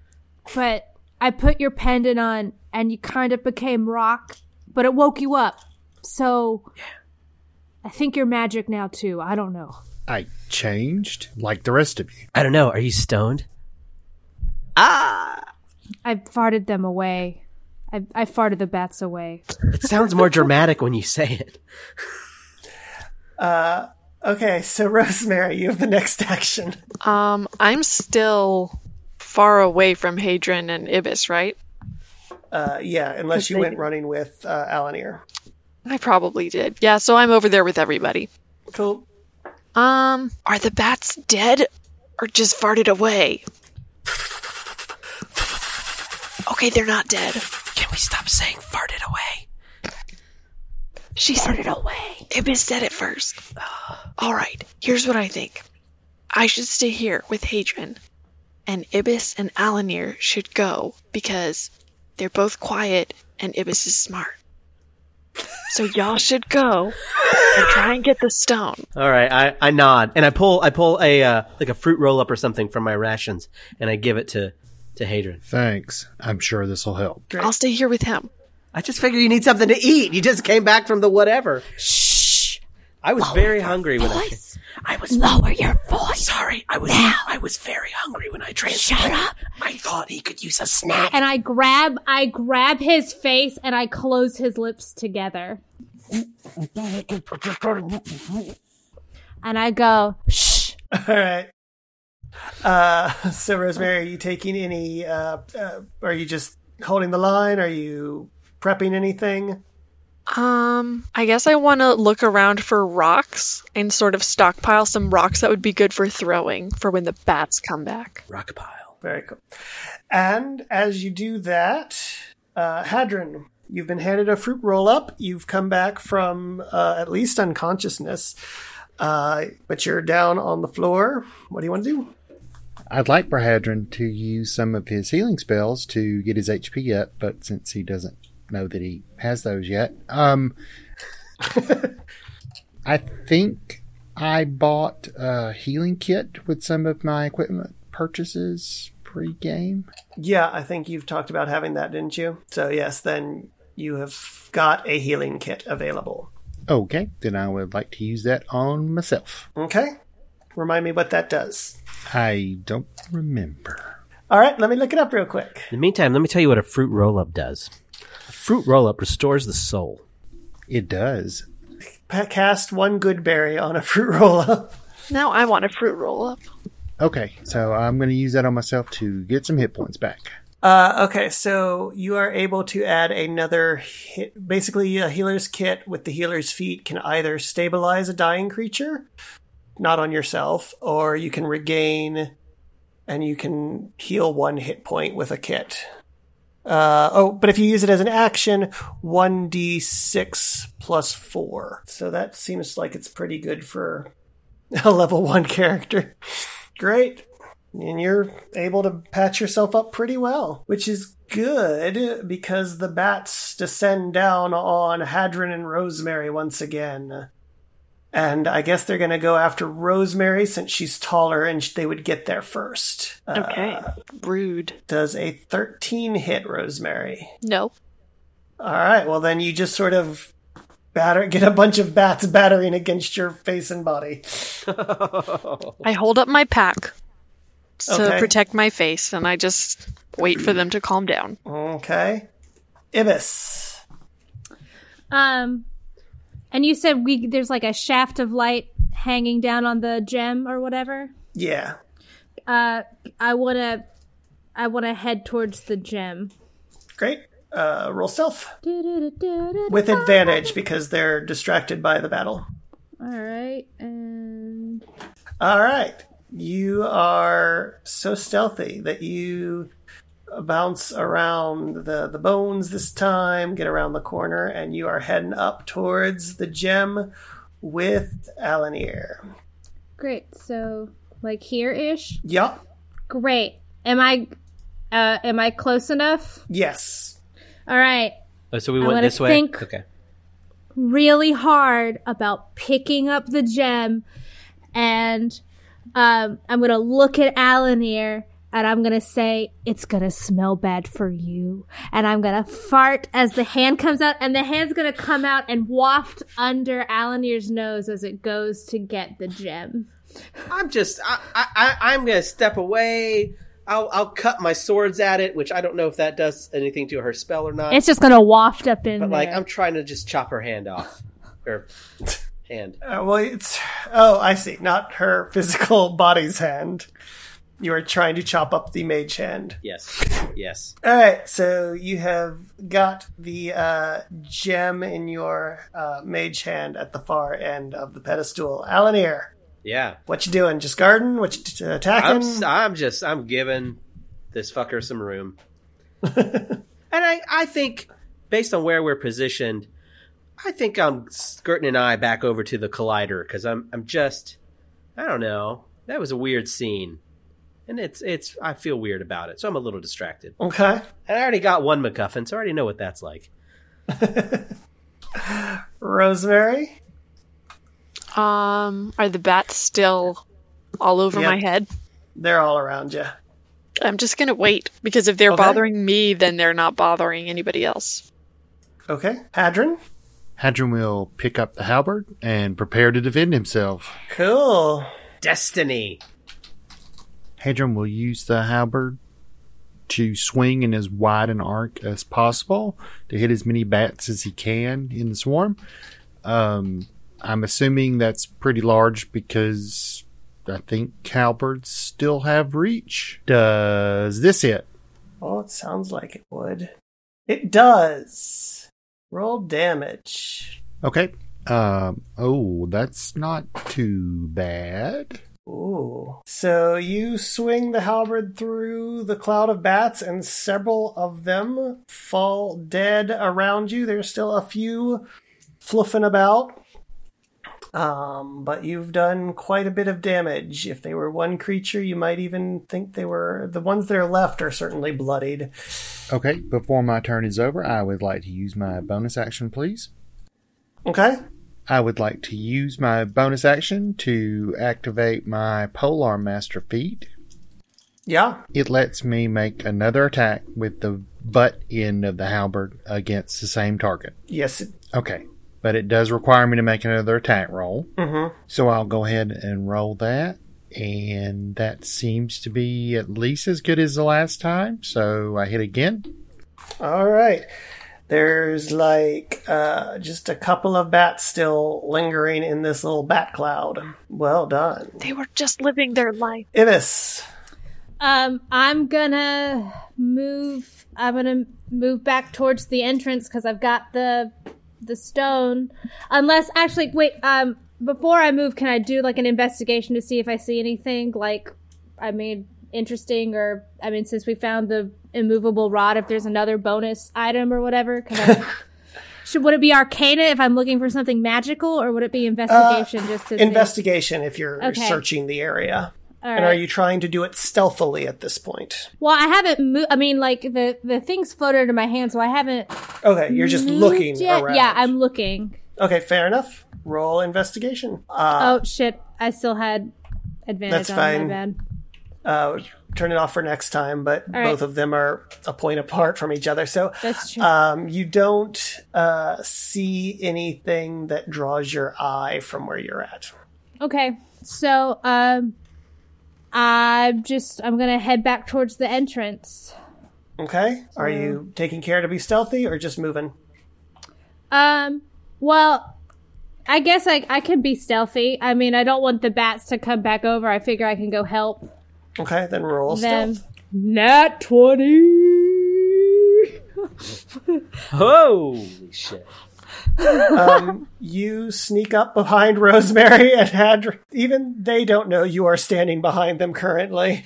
Speaker 7: But I put your pendant on, and you kind of became rock, but it woke you up. So, I think you're magic now too. I don't know.
Speaker 6: I changed like the rest of you.
Speaker 3: I don't know. Are you stoned? Ah!
Speaker 7: I farted them away. I, I farted the bats away.
Speaker 3: It sounds more dramatic when you say it.
Speaker 4: okay, so Rosemary, you have the next action.
Speaker 5: Um, I'm still far away from Hadron and Ibis, right?
Speaker 4: Uh, yeah, unless you went running with uh, Alanir.
Speaker 5: I probably did. Yeah, so I'm over there with everybody.
Speaker 4: Cool.
Speaker 5: Um, are the bats dead or just farted away? Okay, they're not dead.
Speaker 3: Can we stop saying farted away?
Speaker 5: She said it away. Ibis said it first. All right, here's what I think. I should stay here with Hadron, and Ibis and Alanir should go because they're both quiet and Ibis is smart. So y'all should go and try and get the stone.
Speaker 3: All right, I, I nod and I pull I pull a uh, like a fruit roll up or something from my rations and I give it to to Hadron.
Speaker 6: Thanks. I'm sure this will help.
Speaker 5: I'll stay here with him.
Speaker 3: I just figure you need something to eat. You just came back from the whatever. Shh. I was very hungry when I. I was lower your voice. Sorry, I was I was very hungry when I transferred. Shut up! I thought he could use a snack.
Speaker 2: And I grab, I grab his face and I close his lips together.
Speaker 7: And I go, shh.
Speaker 4: All right. Uh, so Rosemary, are you taking any? Uh, uh, are you just holding the line? Are you prepping anything?
Speaker 5: Um, I guess I want to look around for rocks and sort of stockpile some rocks that would be good for throwing for when the bats come back.
Speaker 3: Rock pile.
Speaker 4: Very cool. And as you do that, uh, Hadron, you've been handed a fruit roll up. You've come back from uh, at least unconsciousness, uh, but you're down on the floor. What do you want to do?
Speaker 6: I'd like for Hadron to use some of his healing spells to get his HP up, but since he doesn't know that he has those yet, um, I think I bought a healing kit with some of my equipment purchases pre-game.
Speaker 4: Yeah, I think you've talked about having that, didn't you? So yes, then you have got a healing kit available.
Speaker 6: Okay, then I would like to use that on myself.
Speaker 4: Okay. Remind me what that does.
Speaker 6: I don't remember.
Speaker 4: All right, let me look it up real quick.
Speaker 3: In the meantime, let me tell you what a fruit roll up does. A fruit roll up restores the soul.
Speaker 6: It does.
Speaker 4: Pa- Cast one good berry on a fruit roll up.
Speaker 5: Now I want a fruit roll up.
Speaker 6: Okay, so I'm going to use that on myself to get some hit points back.
Speaker 4: Uh, okay, so you are able to add another hit. Basically, a healer's kit with the healer's feet can either stabilize a dying creature, not on yourself, or you can regain and you can heal one hit point with a kit. Uh, oh, but if you use it as an action, 1d6 plus 4. So that seems like it's pretty good for a level 1 character. Great and you're able to patch yourself up pretty well, which is good because the bats descend down on Hadron and Rosemary once again. And I guess they're going to go after Rosemary since she's taller and sh- they would get there first. Uh,
Speaker 5: Okay. Rude.
Speaker 4: Does a 13 hit Rosemary?
Speaker 5: No.
Speaker 4: All right. Well, then you just sort of batter, get a bunch of bats battering against your face and body.
Speaker 5: I hold up my pack to
Speaker 4: Okay.
Speaker 5: protect my face, and I just wait for them to calm down.
Speaker 4: Okay. Ibis.
Speaker 2: Um, and you said we there's like a shaft of light hanging down on the gem or whatever.
Speaker 4: Yeah.
Speaker 2: Uh, I wanna, I wanna head towards the gem.
Speaker 4: Great. Uh, roll stealth with advantage because they're distracted by the battle.
Speaker 2: All right, and
Speaker 4: All right. You are so stealthy that you bounce around the, the bones this time, get around the corner, and you are heading up towards the gem with Alanir.
Speaker 2: great. So like here ish.
Speaker 4: Yup.
Speaker 2: Great. Am I, uh, am I close enough?
Speaker 4: Yes.
Speaker 2: All right.
Speaker 1: Oh, so we
Speaker 2: I
Speaker 1: went
Speaker 2: wanna
Speaker 1: this way.
Speaker 2: think-
Speaker 1: Okay.
Speaker 2: really hard about picking up the gem and um, I'm gonna look at Alan here and I'm gonna say it's gonna smell bad for you and I'm gonna fart as the hand comes out and the hand's gonna come out and waft under Alanir's nose as it goes to get the gem.
Speaker 3: I'm just I, I I- I'm gonna step away. I'll I'll cut my swords at it, which I don't know if that does anything to her spell or not.
Speaker 2: It's just gonna waft up in
Speaker 3: but
Speaker 2: there.
Speaker 3: like I'm trying to just chop her hand off. Her hand.
Speaker 4: Uh, well, it's. Oh, I see. Not her physical body's hand. You are trying to chop up the mage hand.
Speaker 3: Yes. Yes.
Speaker 4: All right, so you have got the uh, gem in your uh, mage hand at the far end of the pedestal. Alanir,
Speaker 3: Yeah.
Speaker 4: what you doing? Just garden? What you t-
Speaker 3: I'm
Speaker 4: attacking?
Speaker 3: s- I'm just I'm giving this fucker some room. and I I think based on where we're positioned, I think I'm skirting an eye back over to the collider because I'm I'm just I don't know that was a weird scene, and it's it's I feel weird about it, so I'm a little distracted.
Speaker 4: okay.
Speaker 3: And I already got one MacGuffin, so I already know what that's like.
Speaker 4: Rosemary?
Speaker 5: Um, are the bats still all over
Speaker 4: Yeah.
Speaker 5: my head?
Speaker 4: They're all around you.
Speaker 5: I'm just gonna wait because if they're
Speaker 4: Okay.
Speaker 5: bothering me, then they're not bothering anybody else.
Speaker 4: Okay. Hadron?
Speaker 6: Hadron will pick up the halberd and prepare to defend himself.
Speaker 4: Cool.
Speaker 3: Destiny.
Speaker 6: Hadron will use the halberd to swing in as wide an arc as possible to hit as many bats as he can in the swarm. Um, I'm assuming that's pretty large because I think halberds still have reach. Does this hit?
Speaker 4: Oh, it sounds like it would. It does. Roll damage.
Speaker 6: Okay. Um, oh, that's not too bad.
Speaker 4: Ooh. So you swing the halberd through the cloud of bats, and several of them fall dead around you. There's still a few fluffing about. Um, but you've done quite a bit of damage. If they were one creature, you might even think they were the ones that are left are certainly bloodied.
Speaker 6: Okay, before my turn is over, I would like to use my bonus action, please.
Speaker 4: Okay.
Speaker 6: I would like to use my bonus action to activate my Polar Master feat.
Speaker 4: Yeah.
Speaker 6: It lets me make another attack with the butt end of the halberd against the same target.
Speaker 4: Yes. It,
Speaker 6: Okay, but it does require me to make another attack roll.
Speaker 4: mm-hmm.
Speaker 6: So I'll go ahead and roll that. And that seems to be at least as good as the last time. So I hit again.
Speaker 4: All right. There's like uh, just a couple of bats still lingering in this little bat cloud. Well done.
Speaker 5: They were just living their life.
Speaker 4: Ibis.
Speaker 2: Um, I'm gonna move. I'm gonna move back towards the entrance because I've got the the stone. Unless, actually, wait. Um, before I move, can I do like an investigation to see if I see anything like, I mean, interesting or I mean, since we found the immovable rod, if there's another bonus item or whatever, can I? Should, would it be arcana if I'm looking for something magical, or would it be investigation just to see?
Speaker 4: Investigation if you're
Speaker 2: Okay.
Speaker 4: searching the area.
Speaker 2: All
Speaker 4: And
Speaker 2: right.
Speaker 4: are you trying to do it stealthily at this point?
Speaker 2: Well, I haven't moved. I mean, like the the things floated into my hand, so I haven't
Speaker 4: Okay, you're just
Speaker 2: moved
Speaker 4: looking
Speaker 2: yet.
Speaker 4: around.
Speaker 2: Yeah, I'm looking.
Speaker 4: Okay, fair enough. Roll investigation. Uh,
Speaker 2: oh shit! I still had advantage
Speaker 4: That's
Speaker 2: on
Speaker 4: fine.
Speaker 2: my bad.
Speaker 4: uh, turn it off for next time, but
Speaker 2: All right.
Speaker 4: both of them are a point apart from each other. So
Speaker 2: That's true.
Speaker 4: um, you don't uh, see anything that draws your eye from where you're at.
Speaker 2: Okay, so um, I'm just I'm gonna head back towards the entrance.
Speaker 4: Okay. Are you taking care to be stealthy or just moving?
Speaker 2: Um, well, I guess I I can be stealthy. I mean, I don't want the bats to come back over. I figure I can go help
Speaker 4: Okay, then roll
Speaker 2: them.
Speaker 4: stealth.
Speaker 2: Nat twenty.
Speaker 3: Holy shit!
Speaker 4: Um, You sneak up behind Rosemary and Hadra. Even they don't know you are standing behind them currently.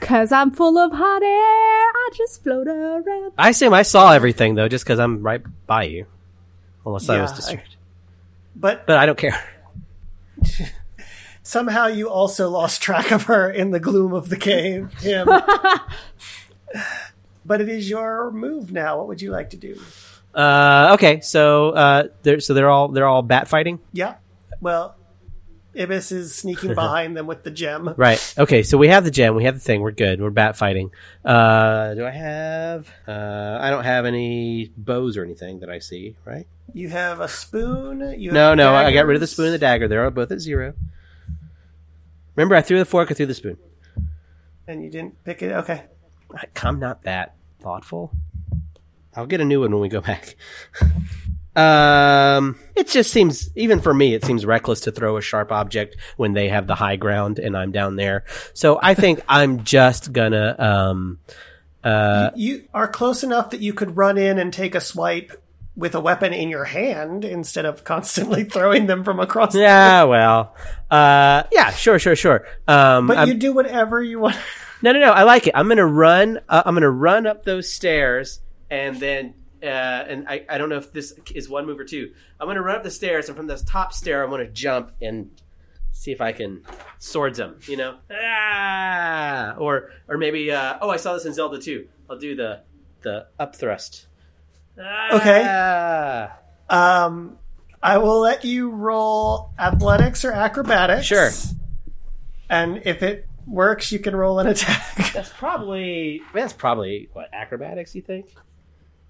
Speaker 2: Cause I'm full of hot air. I just float around.
Speaker 3: I assume I saw everything though, just because I'm right by you. Unless I was
Speaker 4: Yeah, I-
Speaker 3: distracted,
Speaker 4: But
Speaker 3: but I don't care.
Speaker 4: somehow you also lost track of her in the gloom of the cave. Him. but it is your move now. What would you like to do?
Speaker 3: Uh, okay, so uh, they're so they're all they're all bat fighting,
Speaker 4: Yeah. Well, Ibis is sneaking behind them with the gem.
Speaker 3: right? Okay, so we have the gem, we have the thing, we're good, we're bat fighting. Uh, do I have? Uh, I don't have any bows or anything that I see, right?
Speaker 4: You have a spoon. You
Speaker 3: No,
Speaker 4: have
Speaker 3: no, I got rid of the
Speaker 4: Uh, daggers.
Speaker 3: spoon and the dagger. They're all both at zero. Remember, I threw the fork, I threw the spoon.
Speaker 4: And you didn't pick it. Okay.
Speaker 3: I'm not that thoughtful. I'll get a new one when we go back. um, it just seems, even for me, it seems reckless to throw a sharp object when they have the high ground and I'm down there. So I think I'm just gonna, um, Uh,
Speaker 4: you are close enough that you could run in and take a swipe with a weapon in your hand instead of constantly throwing them from across.
Speaker 3: yeah, well, uh, yeah, sure, sure, sure. Um,
Speaker 4: But
Speaker 3: I'm-
Speaker 4: you do whatever you want.
Speaker 3: No, no, no. I like it. I'm gonna run. Uh, I'm gonna run up those stairs, and then, uh, and I, I don't know if this is one move or two. I'm gonna run up the stairs, and from this top stair, I'm gonna jump and see if I can swords them. You know, ah! or or maybe. Uh, oh, I saw this in Zelda too. I'll do the the up thrust.
Speaker 4: Okay.
Speaker 3: Ah,
Speaker 4: Um, I will let you roll athletics or acrobatics.
Speaker 3: Sure.
Speaker 4: And if it works, you can roll an attack.
Speaker 3: that's probably that's probably what acrobatics. You think?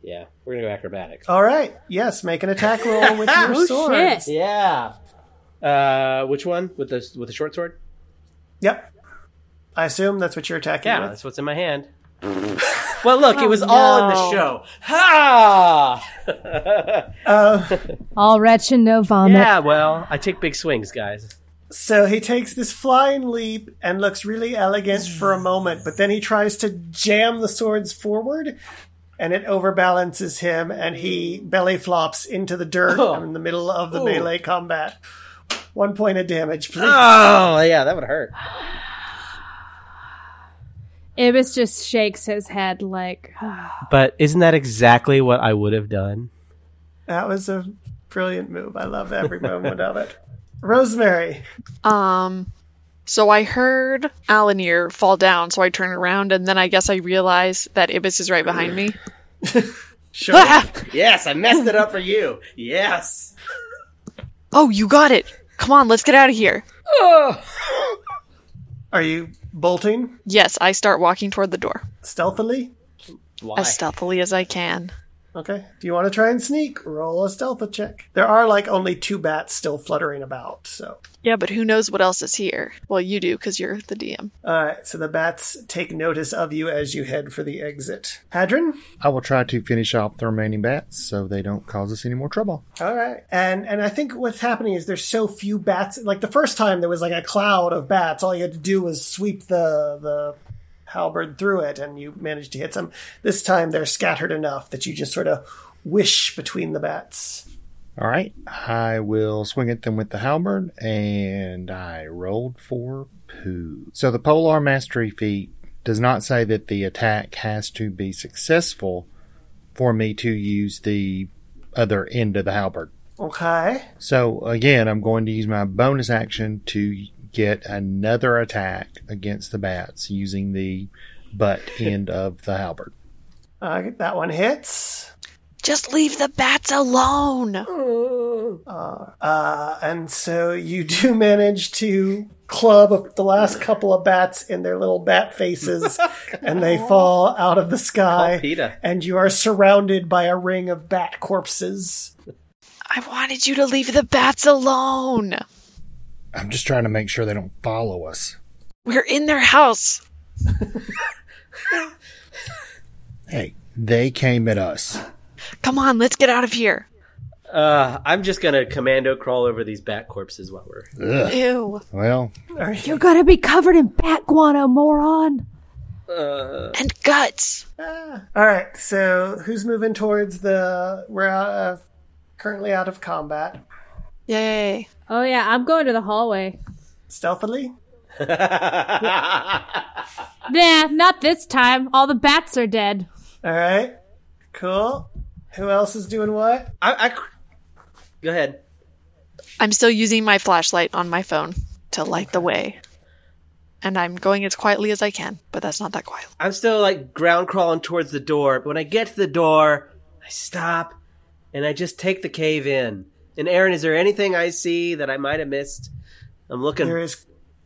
Speaker 3: Yeah, we're gonna go acrobatics.
Speaker 4: All right. Yes, make an attack roll with your sword.
Speaker 2: Shit.
Speaker 3: Yeah. Uh, which one with the with the short sword?
Speaker 4: Yep. I assume that's what you're attacking
Speaker 3: Yeah,
Speaker 4: with.
Speaker 3: that's what's in my hand. well, look, it was all in the show. Ha!
Speaker 4: Uh,
Speaker 2: All wretched, no vomit.
Speaker 3: yeah, well, I take big swings, guys.
Speaker 4: So he takes this flying leap and looks really elegant for a moment, but then he tries to jam the swords forward and it overbalances him and he belly flops into the dirt in the middle of the melee combat. One point of damage, please.
Speaker 3: Oh, yeah, that would hurt.
Speaker 2: Ibis just shakes his head like,
Speaker 3: But isn't that exactly what I would have done?
Speaker 4: That was a brilliant move. I love every moment of it. Rosemary.
Speaker 5: Um, so I heard Alanir fall down, so I turn around, and then I guess I realize that Ibis is right behind me.
Speaker 4: Sure.
Speaker 3: Yes, I messed it up for you. Yes.
Speaker 5: oh, you got it! Come on, let's get out of here.
Speaker 4: Are you bolting
Speaker 5: Yes, I start walking toward the door
Speaker 4: stealthily?
Speaker 3: Why?
Speaker 5: as stealthily as I can.
Speaker 4: Okay. Do you want to try and sneak? Roll a stealth check. There are like only two bats still fluttering about, so.
Speaker 5: Yeah, but who knows what else is here? Well, you do, because you're the DM.
Speaker 4: All right, Uh, so the bats take notice of you as you head for the exit. Hadron?
Speaker 6: I will try to finish off the remaining bats so they don't cause us any more trouble.
Speaker 4: All right. And and I think what's happening is there's so few bats. Like the first time there was like a cloud of bats. All you had to do was sweep the the halberd through it and you managed to hit some. This time they're scattered enough that you just sort of wish between the bats.
Speaker 6: All right, I will swing at them with the halberd, and I rolled for poo. So the polar mastery feat does not say that the attack has to be successful for me to use the other end of the halberd.
Speaker 4: Okay.
Speaker 6: So again, I'm going to use my bonus action to get another attack against the bats using the butt end of the halberd.
Speaker 4: Uh, that one hits.
Speaker 5: Just leave the bats alone.
Speaker 4: Uh, and so you do manage to club the last couple of bats in their little bat faces, and they fall out of the sky.
Speaker 3: Oh, Call PETA.
Speaker 4: And you are surrounded by a ring of bat corpses.
Speaker 5: I wanted you to leave the bats alone.
Speaker 6: I'm just trying to make sure they don't follow us.
Speaker 5: We're in their house.
Speaker 6: Hey, they came at us.
Speaker 5: Come on, let's get out of here.
Speaker 3: Uh, I'm just gonna commando crawl over these bat corpses while we're.
Speaker 6: Ugh.
Speaker 5: Ew.
Speaker 6: Well,
Speaker 7: You're gonna be covered in bat guano, moron.
Speaker 5: And guts.
Speaker 4: All right, so who's moving towards the? We're out of, currently out of combat
Speaker 5: Yay.
Speaker 2: Oh yeah, I'm going to the hallway.
Speaker 4: stealthily.
Speaker 2: Nah, not this time. All the bats are dead.
Speaker 4: All right, cool. Who else is doing what?
Speaker 3: I, I cr- go ahead.
Speaker 5: I'm still using my flashlight on my phone to light the way. And I'm going as quietly as I can, but that's not that quiet.
Speaker 3: I'm still like ground crawling towards the door, but when I get to the door, I stop and I just take the cave in. And Aaron, is there anything I see that I might have missed? I'm looking.
Speaker 4: There is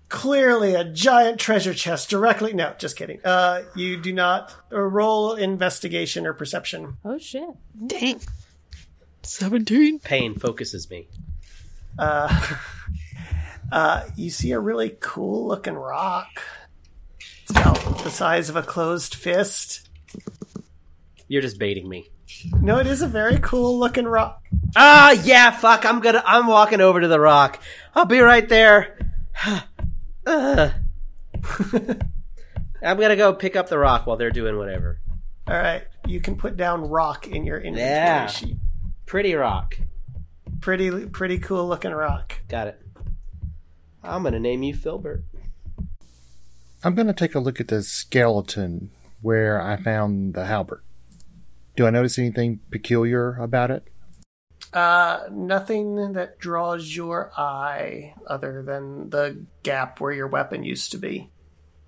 Speaker 4: clearly a giant treasure chest directly. No, just kidding. Uh, you do not uh, roll investigation or perception.
Speaker 2: Oh shit.
Speaker 5: Dang. 17.
Speaker 3: Pain focuses me.
Speaker 4: You see a really cool looking rock. It's about the size of a closed fist.
Speaker 3: You're just baiting me.
Speaker 4: No, it is a very cool looking rock.
Speaker 3: Ah, yeah, fuck. I'm gonna. I'm walking over to the rock. I'll be right there. Ugh. I'm gonna go pick up the rock while they're doing whatever.
Speaker 4: All right, you can put down rock in your inventory
Speaker 3: Yeah.
Speaker 4: sheet.
Speaker 3: Pretty rock.
Speaker 4: Pretty, pretty cool looking rock.
Speaker 3: Got it. I'm gonna name you Filbert.
Speaker 6: I'm going to take a look at the skeleton where I found the halberd. Do I notice anything peculiar about it?
Speaker 4: Uh, nothing that draws your eye other than the gap where your weapon used to be.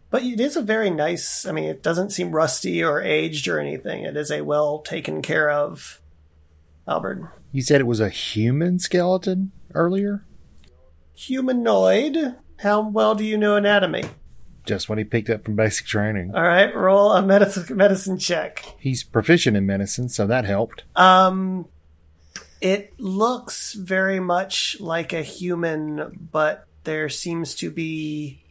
Speaker 4: But it is a very nice, I mean, it doesn't seem rusty or aged or anything. It is a well taken care of Albert.
Speaker 6: You said it was a human skeleton earlier?
Speaker 4: Humanoid? How well do you know anatomy?
Speaker 6: Just what he picked up from basic training.
Speaker 4: All right, roll a medicine, medicine check.
Speaker 6: He's proficient in medicine, so that helped.
Speaker 4: Um, it looks very much like a human, but there seems to be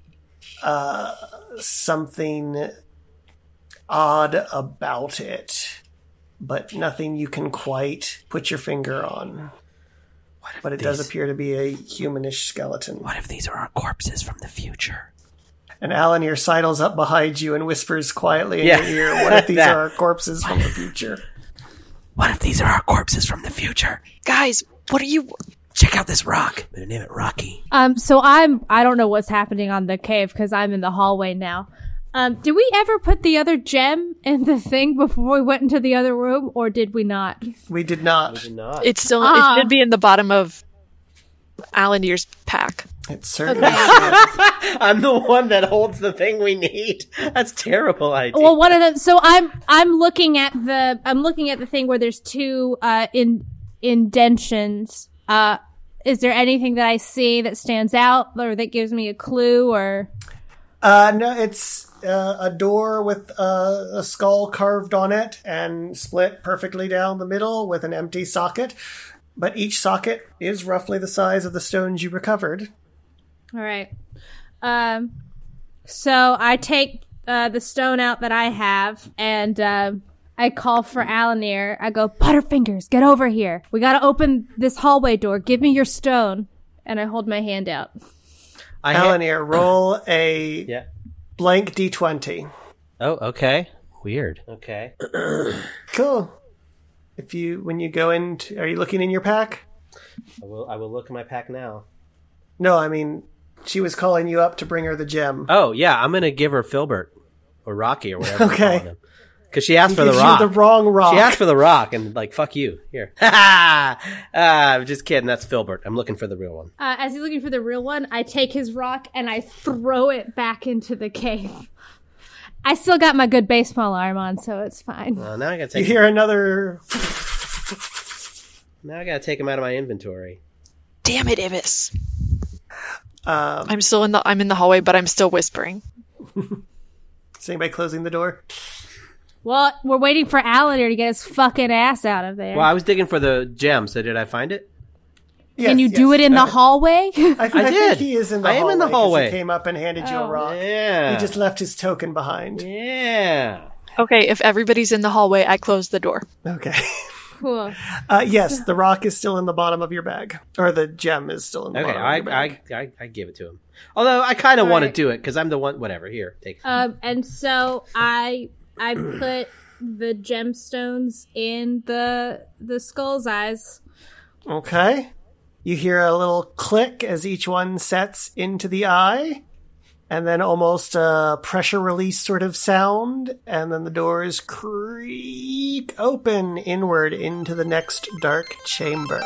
Speaker 4: uh, something odd about it, but nothing you can quite put your finger on. But it does appear to be a humanish skeleton.
Speaker 1: What if these are our corpses from the future?
Speaker 4: And Alan here sidles up behind you and whispers quietly in
Speaker 3: Yeah.
Speaker 4: your ear, What if these
Speaker 3: That.
Speaker 4: are corpses from the future?
Speaker 1: What if these are our corpses from the future?
Speaker 5: Guys, what are you.
Speaker 1: Check out this rock. I'm gonna name it Rocky.
Speaker 2: Um, so I'm I don't know what's happening on the cave because I'm in the hallway now. Um, did we ever put the other gem in the thing before we went into the other room, or did we not?
Speaker 4: We did not.
Speaker 3: Not.
Speaker 5: It's still.
Speaker 2: Ah.
Speaker 5: It should be in the bottom of Alandir's pack.
Speaker 4: It certainly
Speaker 3: I'm the one that holds the thing we need. That's terrible idea.
Speaker 2: Well, one of them. So I'm I'm looking at the I'm looking at the thing where there's two uh, in indentions. Uh, is there anything that I see that stands out or that gives me a clue? Or
Speaker 4: Uh, no, it's uh, a door with uh, a skull carved on it and split perfectly down the middle with an empty socket. But each socket is roughly the size of the stones you recovered.
Speaker 2: all right. Um, so I take uh, the stone out that I have and. um I call for Alanir. I go, Butterfingers, get over here. We gotta open this hallway door. Give me your stone. And I hold my hand out.
Speaker 3: I ha-
Speaker 4: Alan here, roll a
Speaker 3: Yeah.
Speaker 4: blank d20.
Speaker 3: Oh, okay. Weird. Okay.
Speaker 4: Cool. If you when you go in, t- are you looking in your pack?
Speaker 3: I will. I will look in my pack now.
Speaker 4: No, I mean she was calling you up to bring her the gem.
Speaker 3: Oh yeah, I'm gonna give her Filbert or Rocky or whatever.
Speaker 4: Okay.
Speaker 3: Because she asked for Oh, the
Speaker 4: Gives you
Speaker 3: rock.
Speaker 4: the wrong rock.
Speaker 3: She asked for the rock and like fuck you here. Ha ha! Ah, I'm just kidding. That's Filbert. I'm looking for the real one.
Speaker 2: Uh, as he's looking for the real one, I take his rock and I throw it back into the cave. I still got my good baseball arm on, so it's fine.
Speaker 3: Well, Uh, now I gotta take.
Speaker 4: You hear another
Speaker 3: Now I gotta take him out of my inventory.
Speaker 5: Damn it, Ibis.
Speaker 4: Um,
Speaker 5: I'm still in the I'm in the hallway, but I'm still whispering.
Speaker 4: is anybody closing the door?
Speaker 2: Well, we're waiting for Alander to get his fucking ass out of there.
Speaker 3: Well, I was digging for the gem, so did I find it?
Speaker 2: Can you
Speaker 4: Yes,
Speaker 2: do
Speaker 4: yes.
Speaker 2: it in the
Speaker 4: Uh,
Speaker 2: hallway?
Speaker 4: I, th-
Speaker 3: I
Speaker 4: I
Speaker 3: did.
Speaker 4: think he is in the
Speaker 3: I am
Speaker 4: hallway.
Speaker 3: in the
Speaker 4: 'cause
Speaker 3: hallway.
Speaker 4: He came up and handed you a rock.
Speaker 3: Yeah.
Speaker 4: He just left his token behind.
Speaker 3: Yeah.
Speaker 5: Okay, if everybody's in the hallway, I close the door.
Speaker 4: Okay.
Speaker 2: cool.
Speaker 4: Uh, yes, the rock is still in the bottom of your bag, or the gem is still in the
Speaker 3: Okay,
Speaker 4: bottom
Speaker 3: I,
Speaker 4: of your bag.
Speaker 3: I, I, I give it to him. Although I kind of want
Speaker 2: right.
Speaker 3: to do it because I'm the one. Whatever. Here, take. it.
Speaker 2: Um, and so I I put the gemstones in the the skull's eyes.
Speaker 4: okay. You hear a little click as each one sets into the eye, and then almost a pressure release sort of sound, and then the doors creak open inward into the next dark chamber.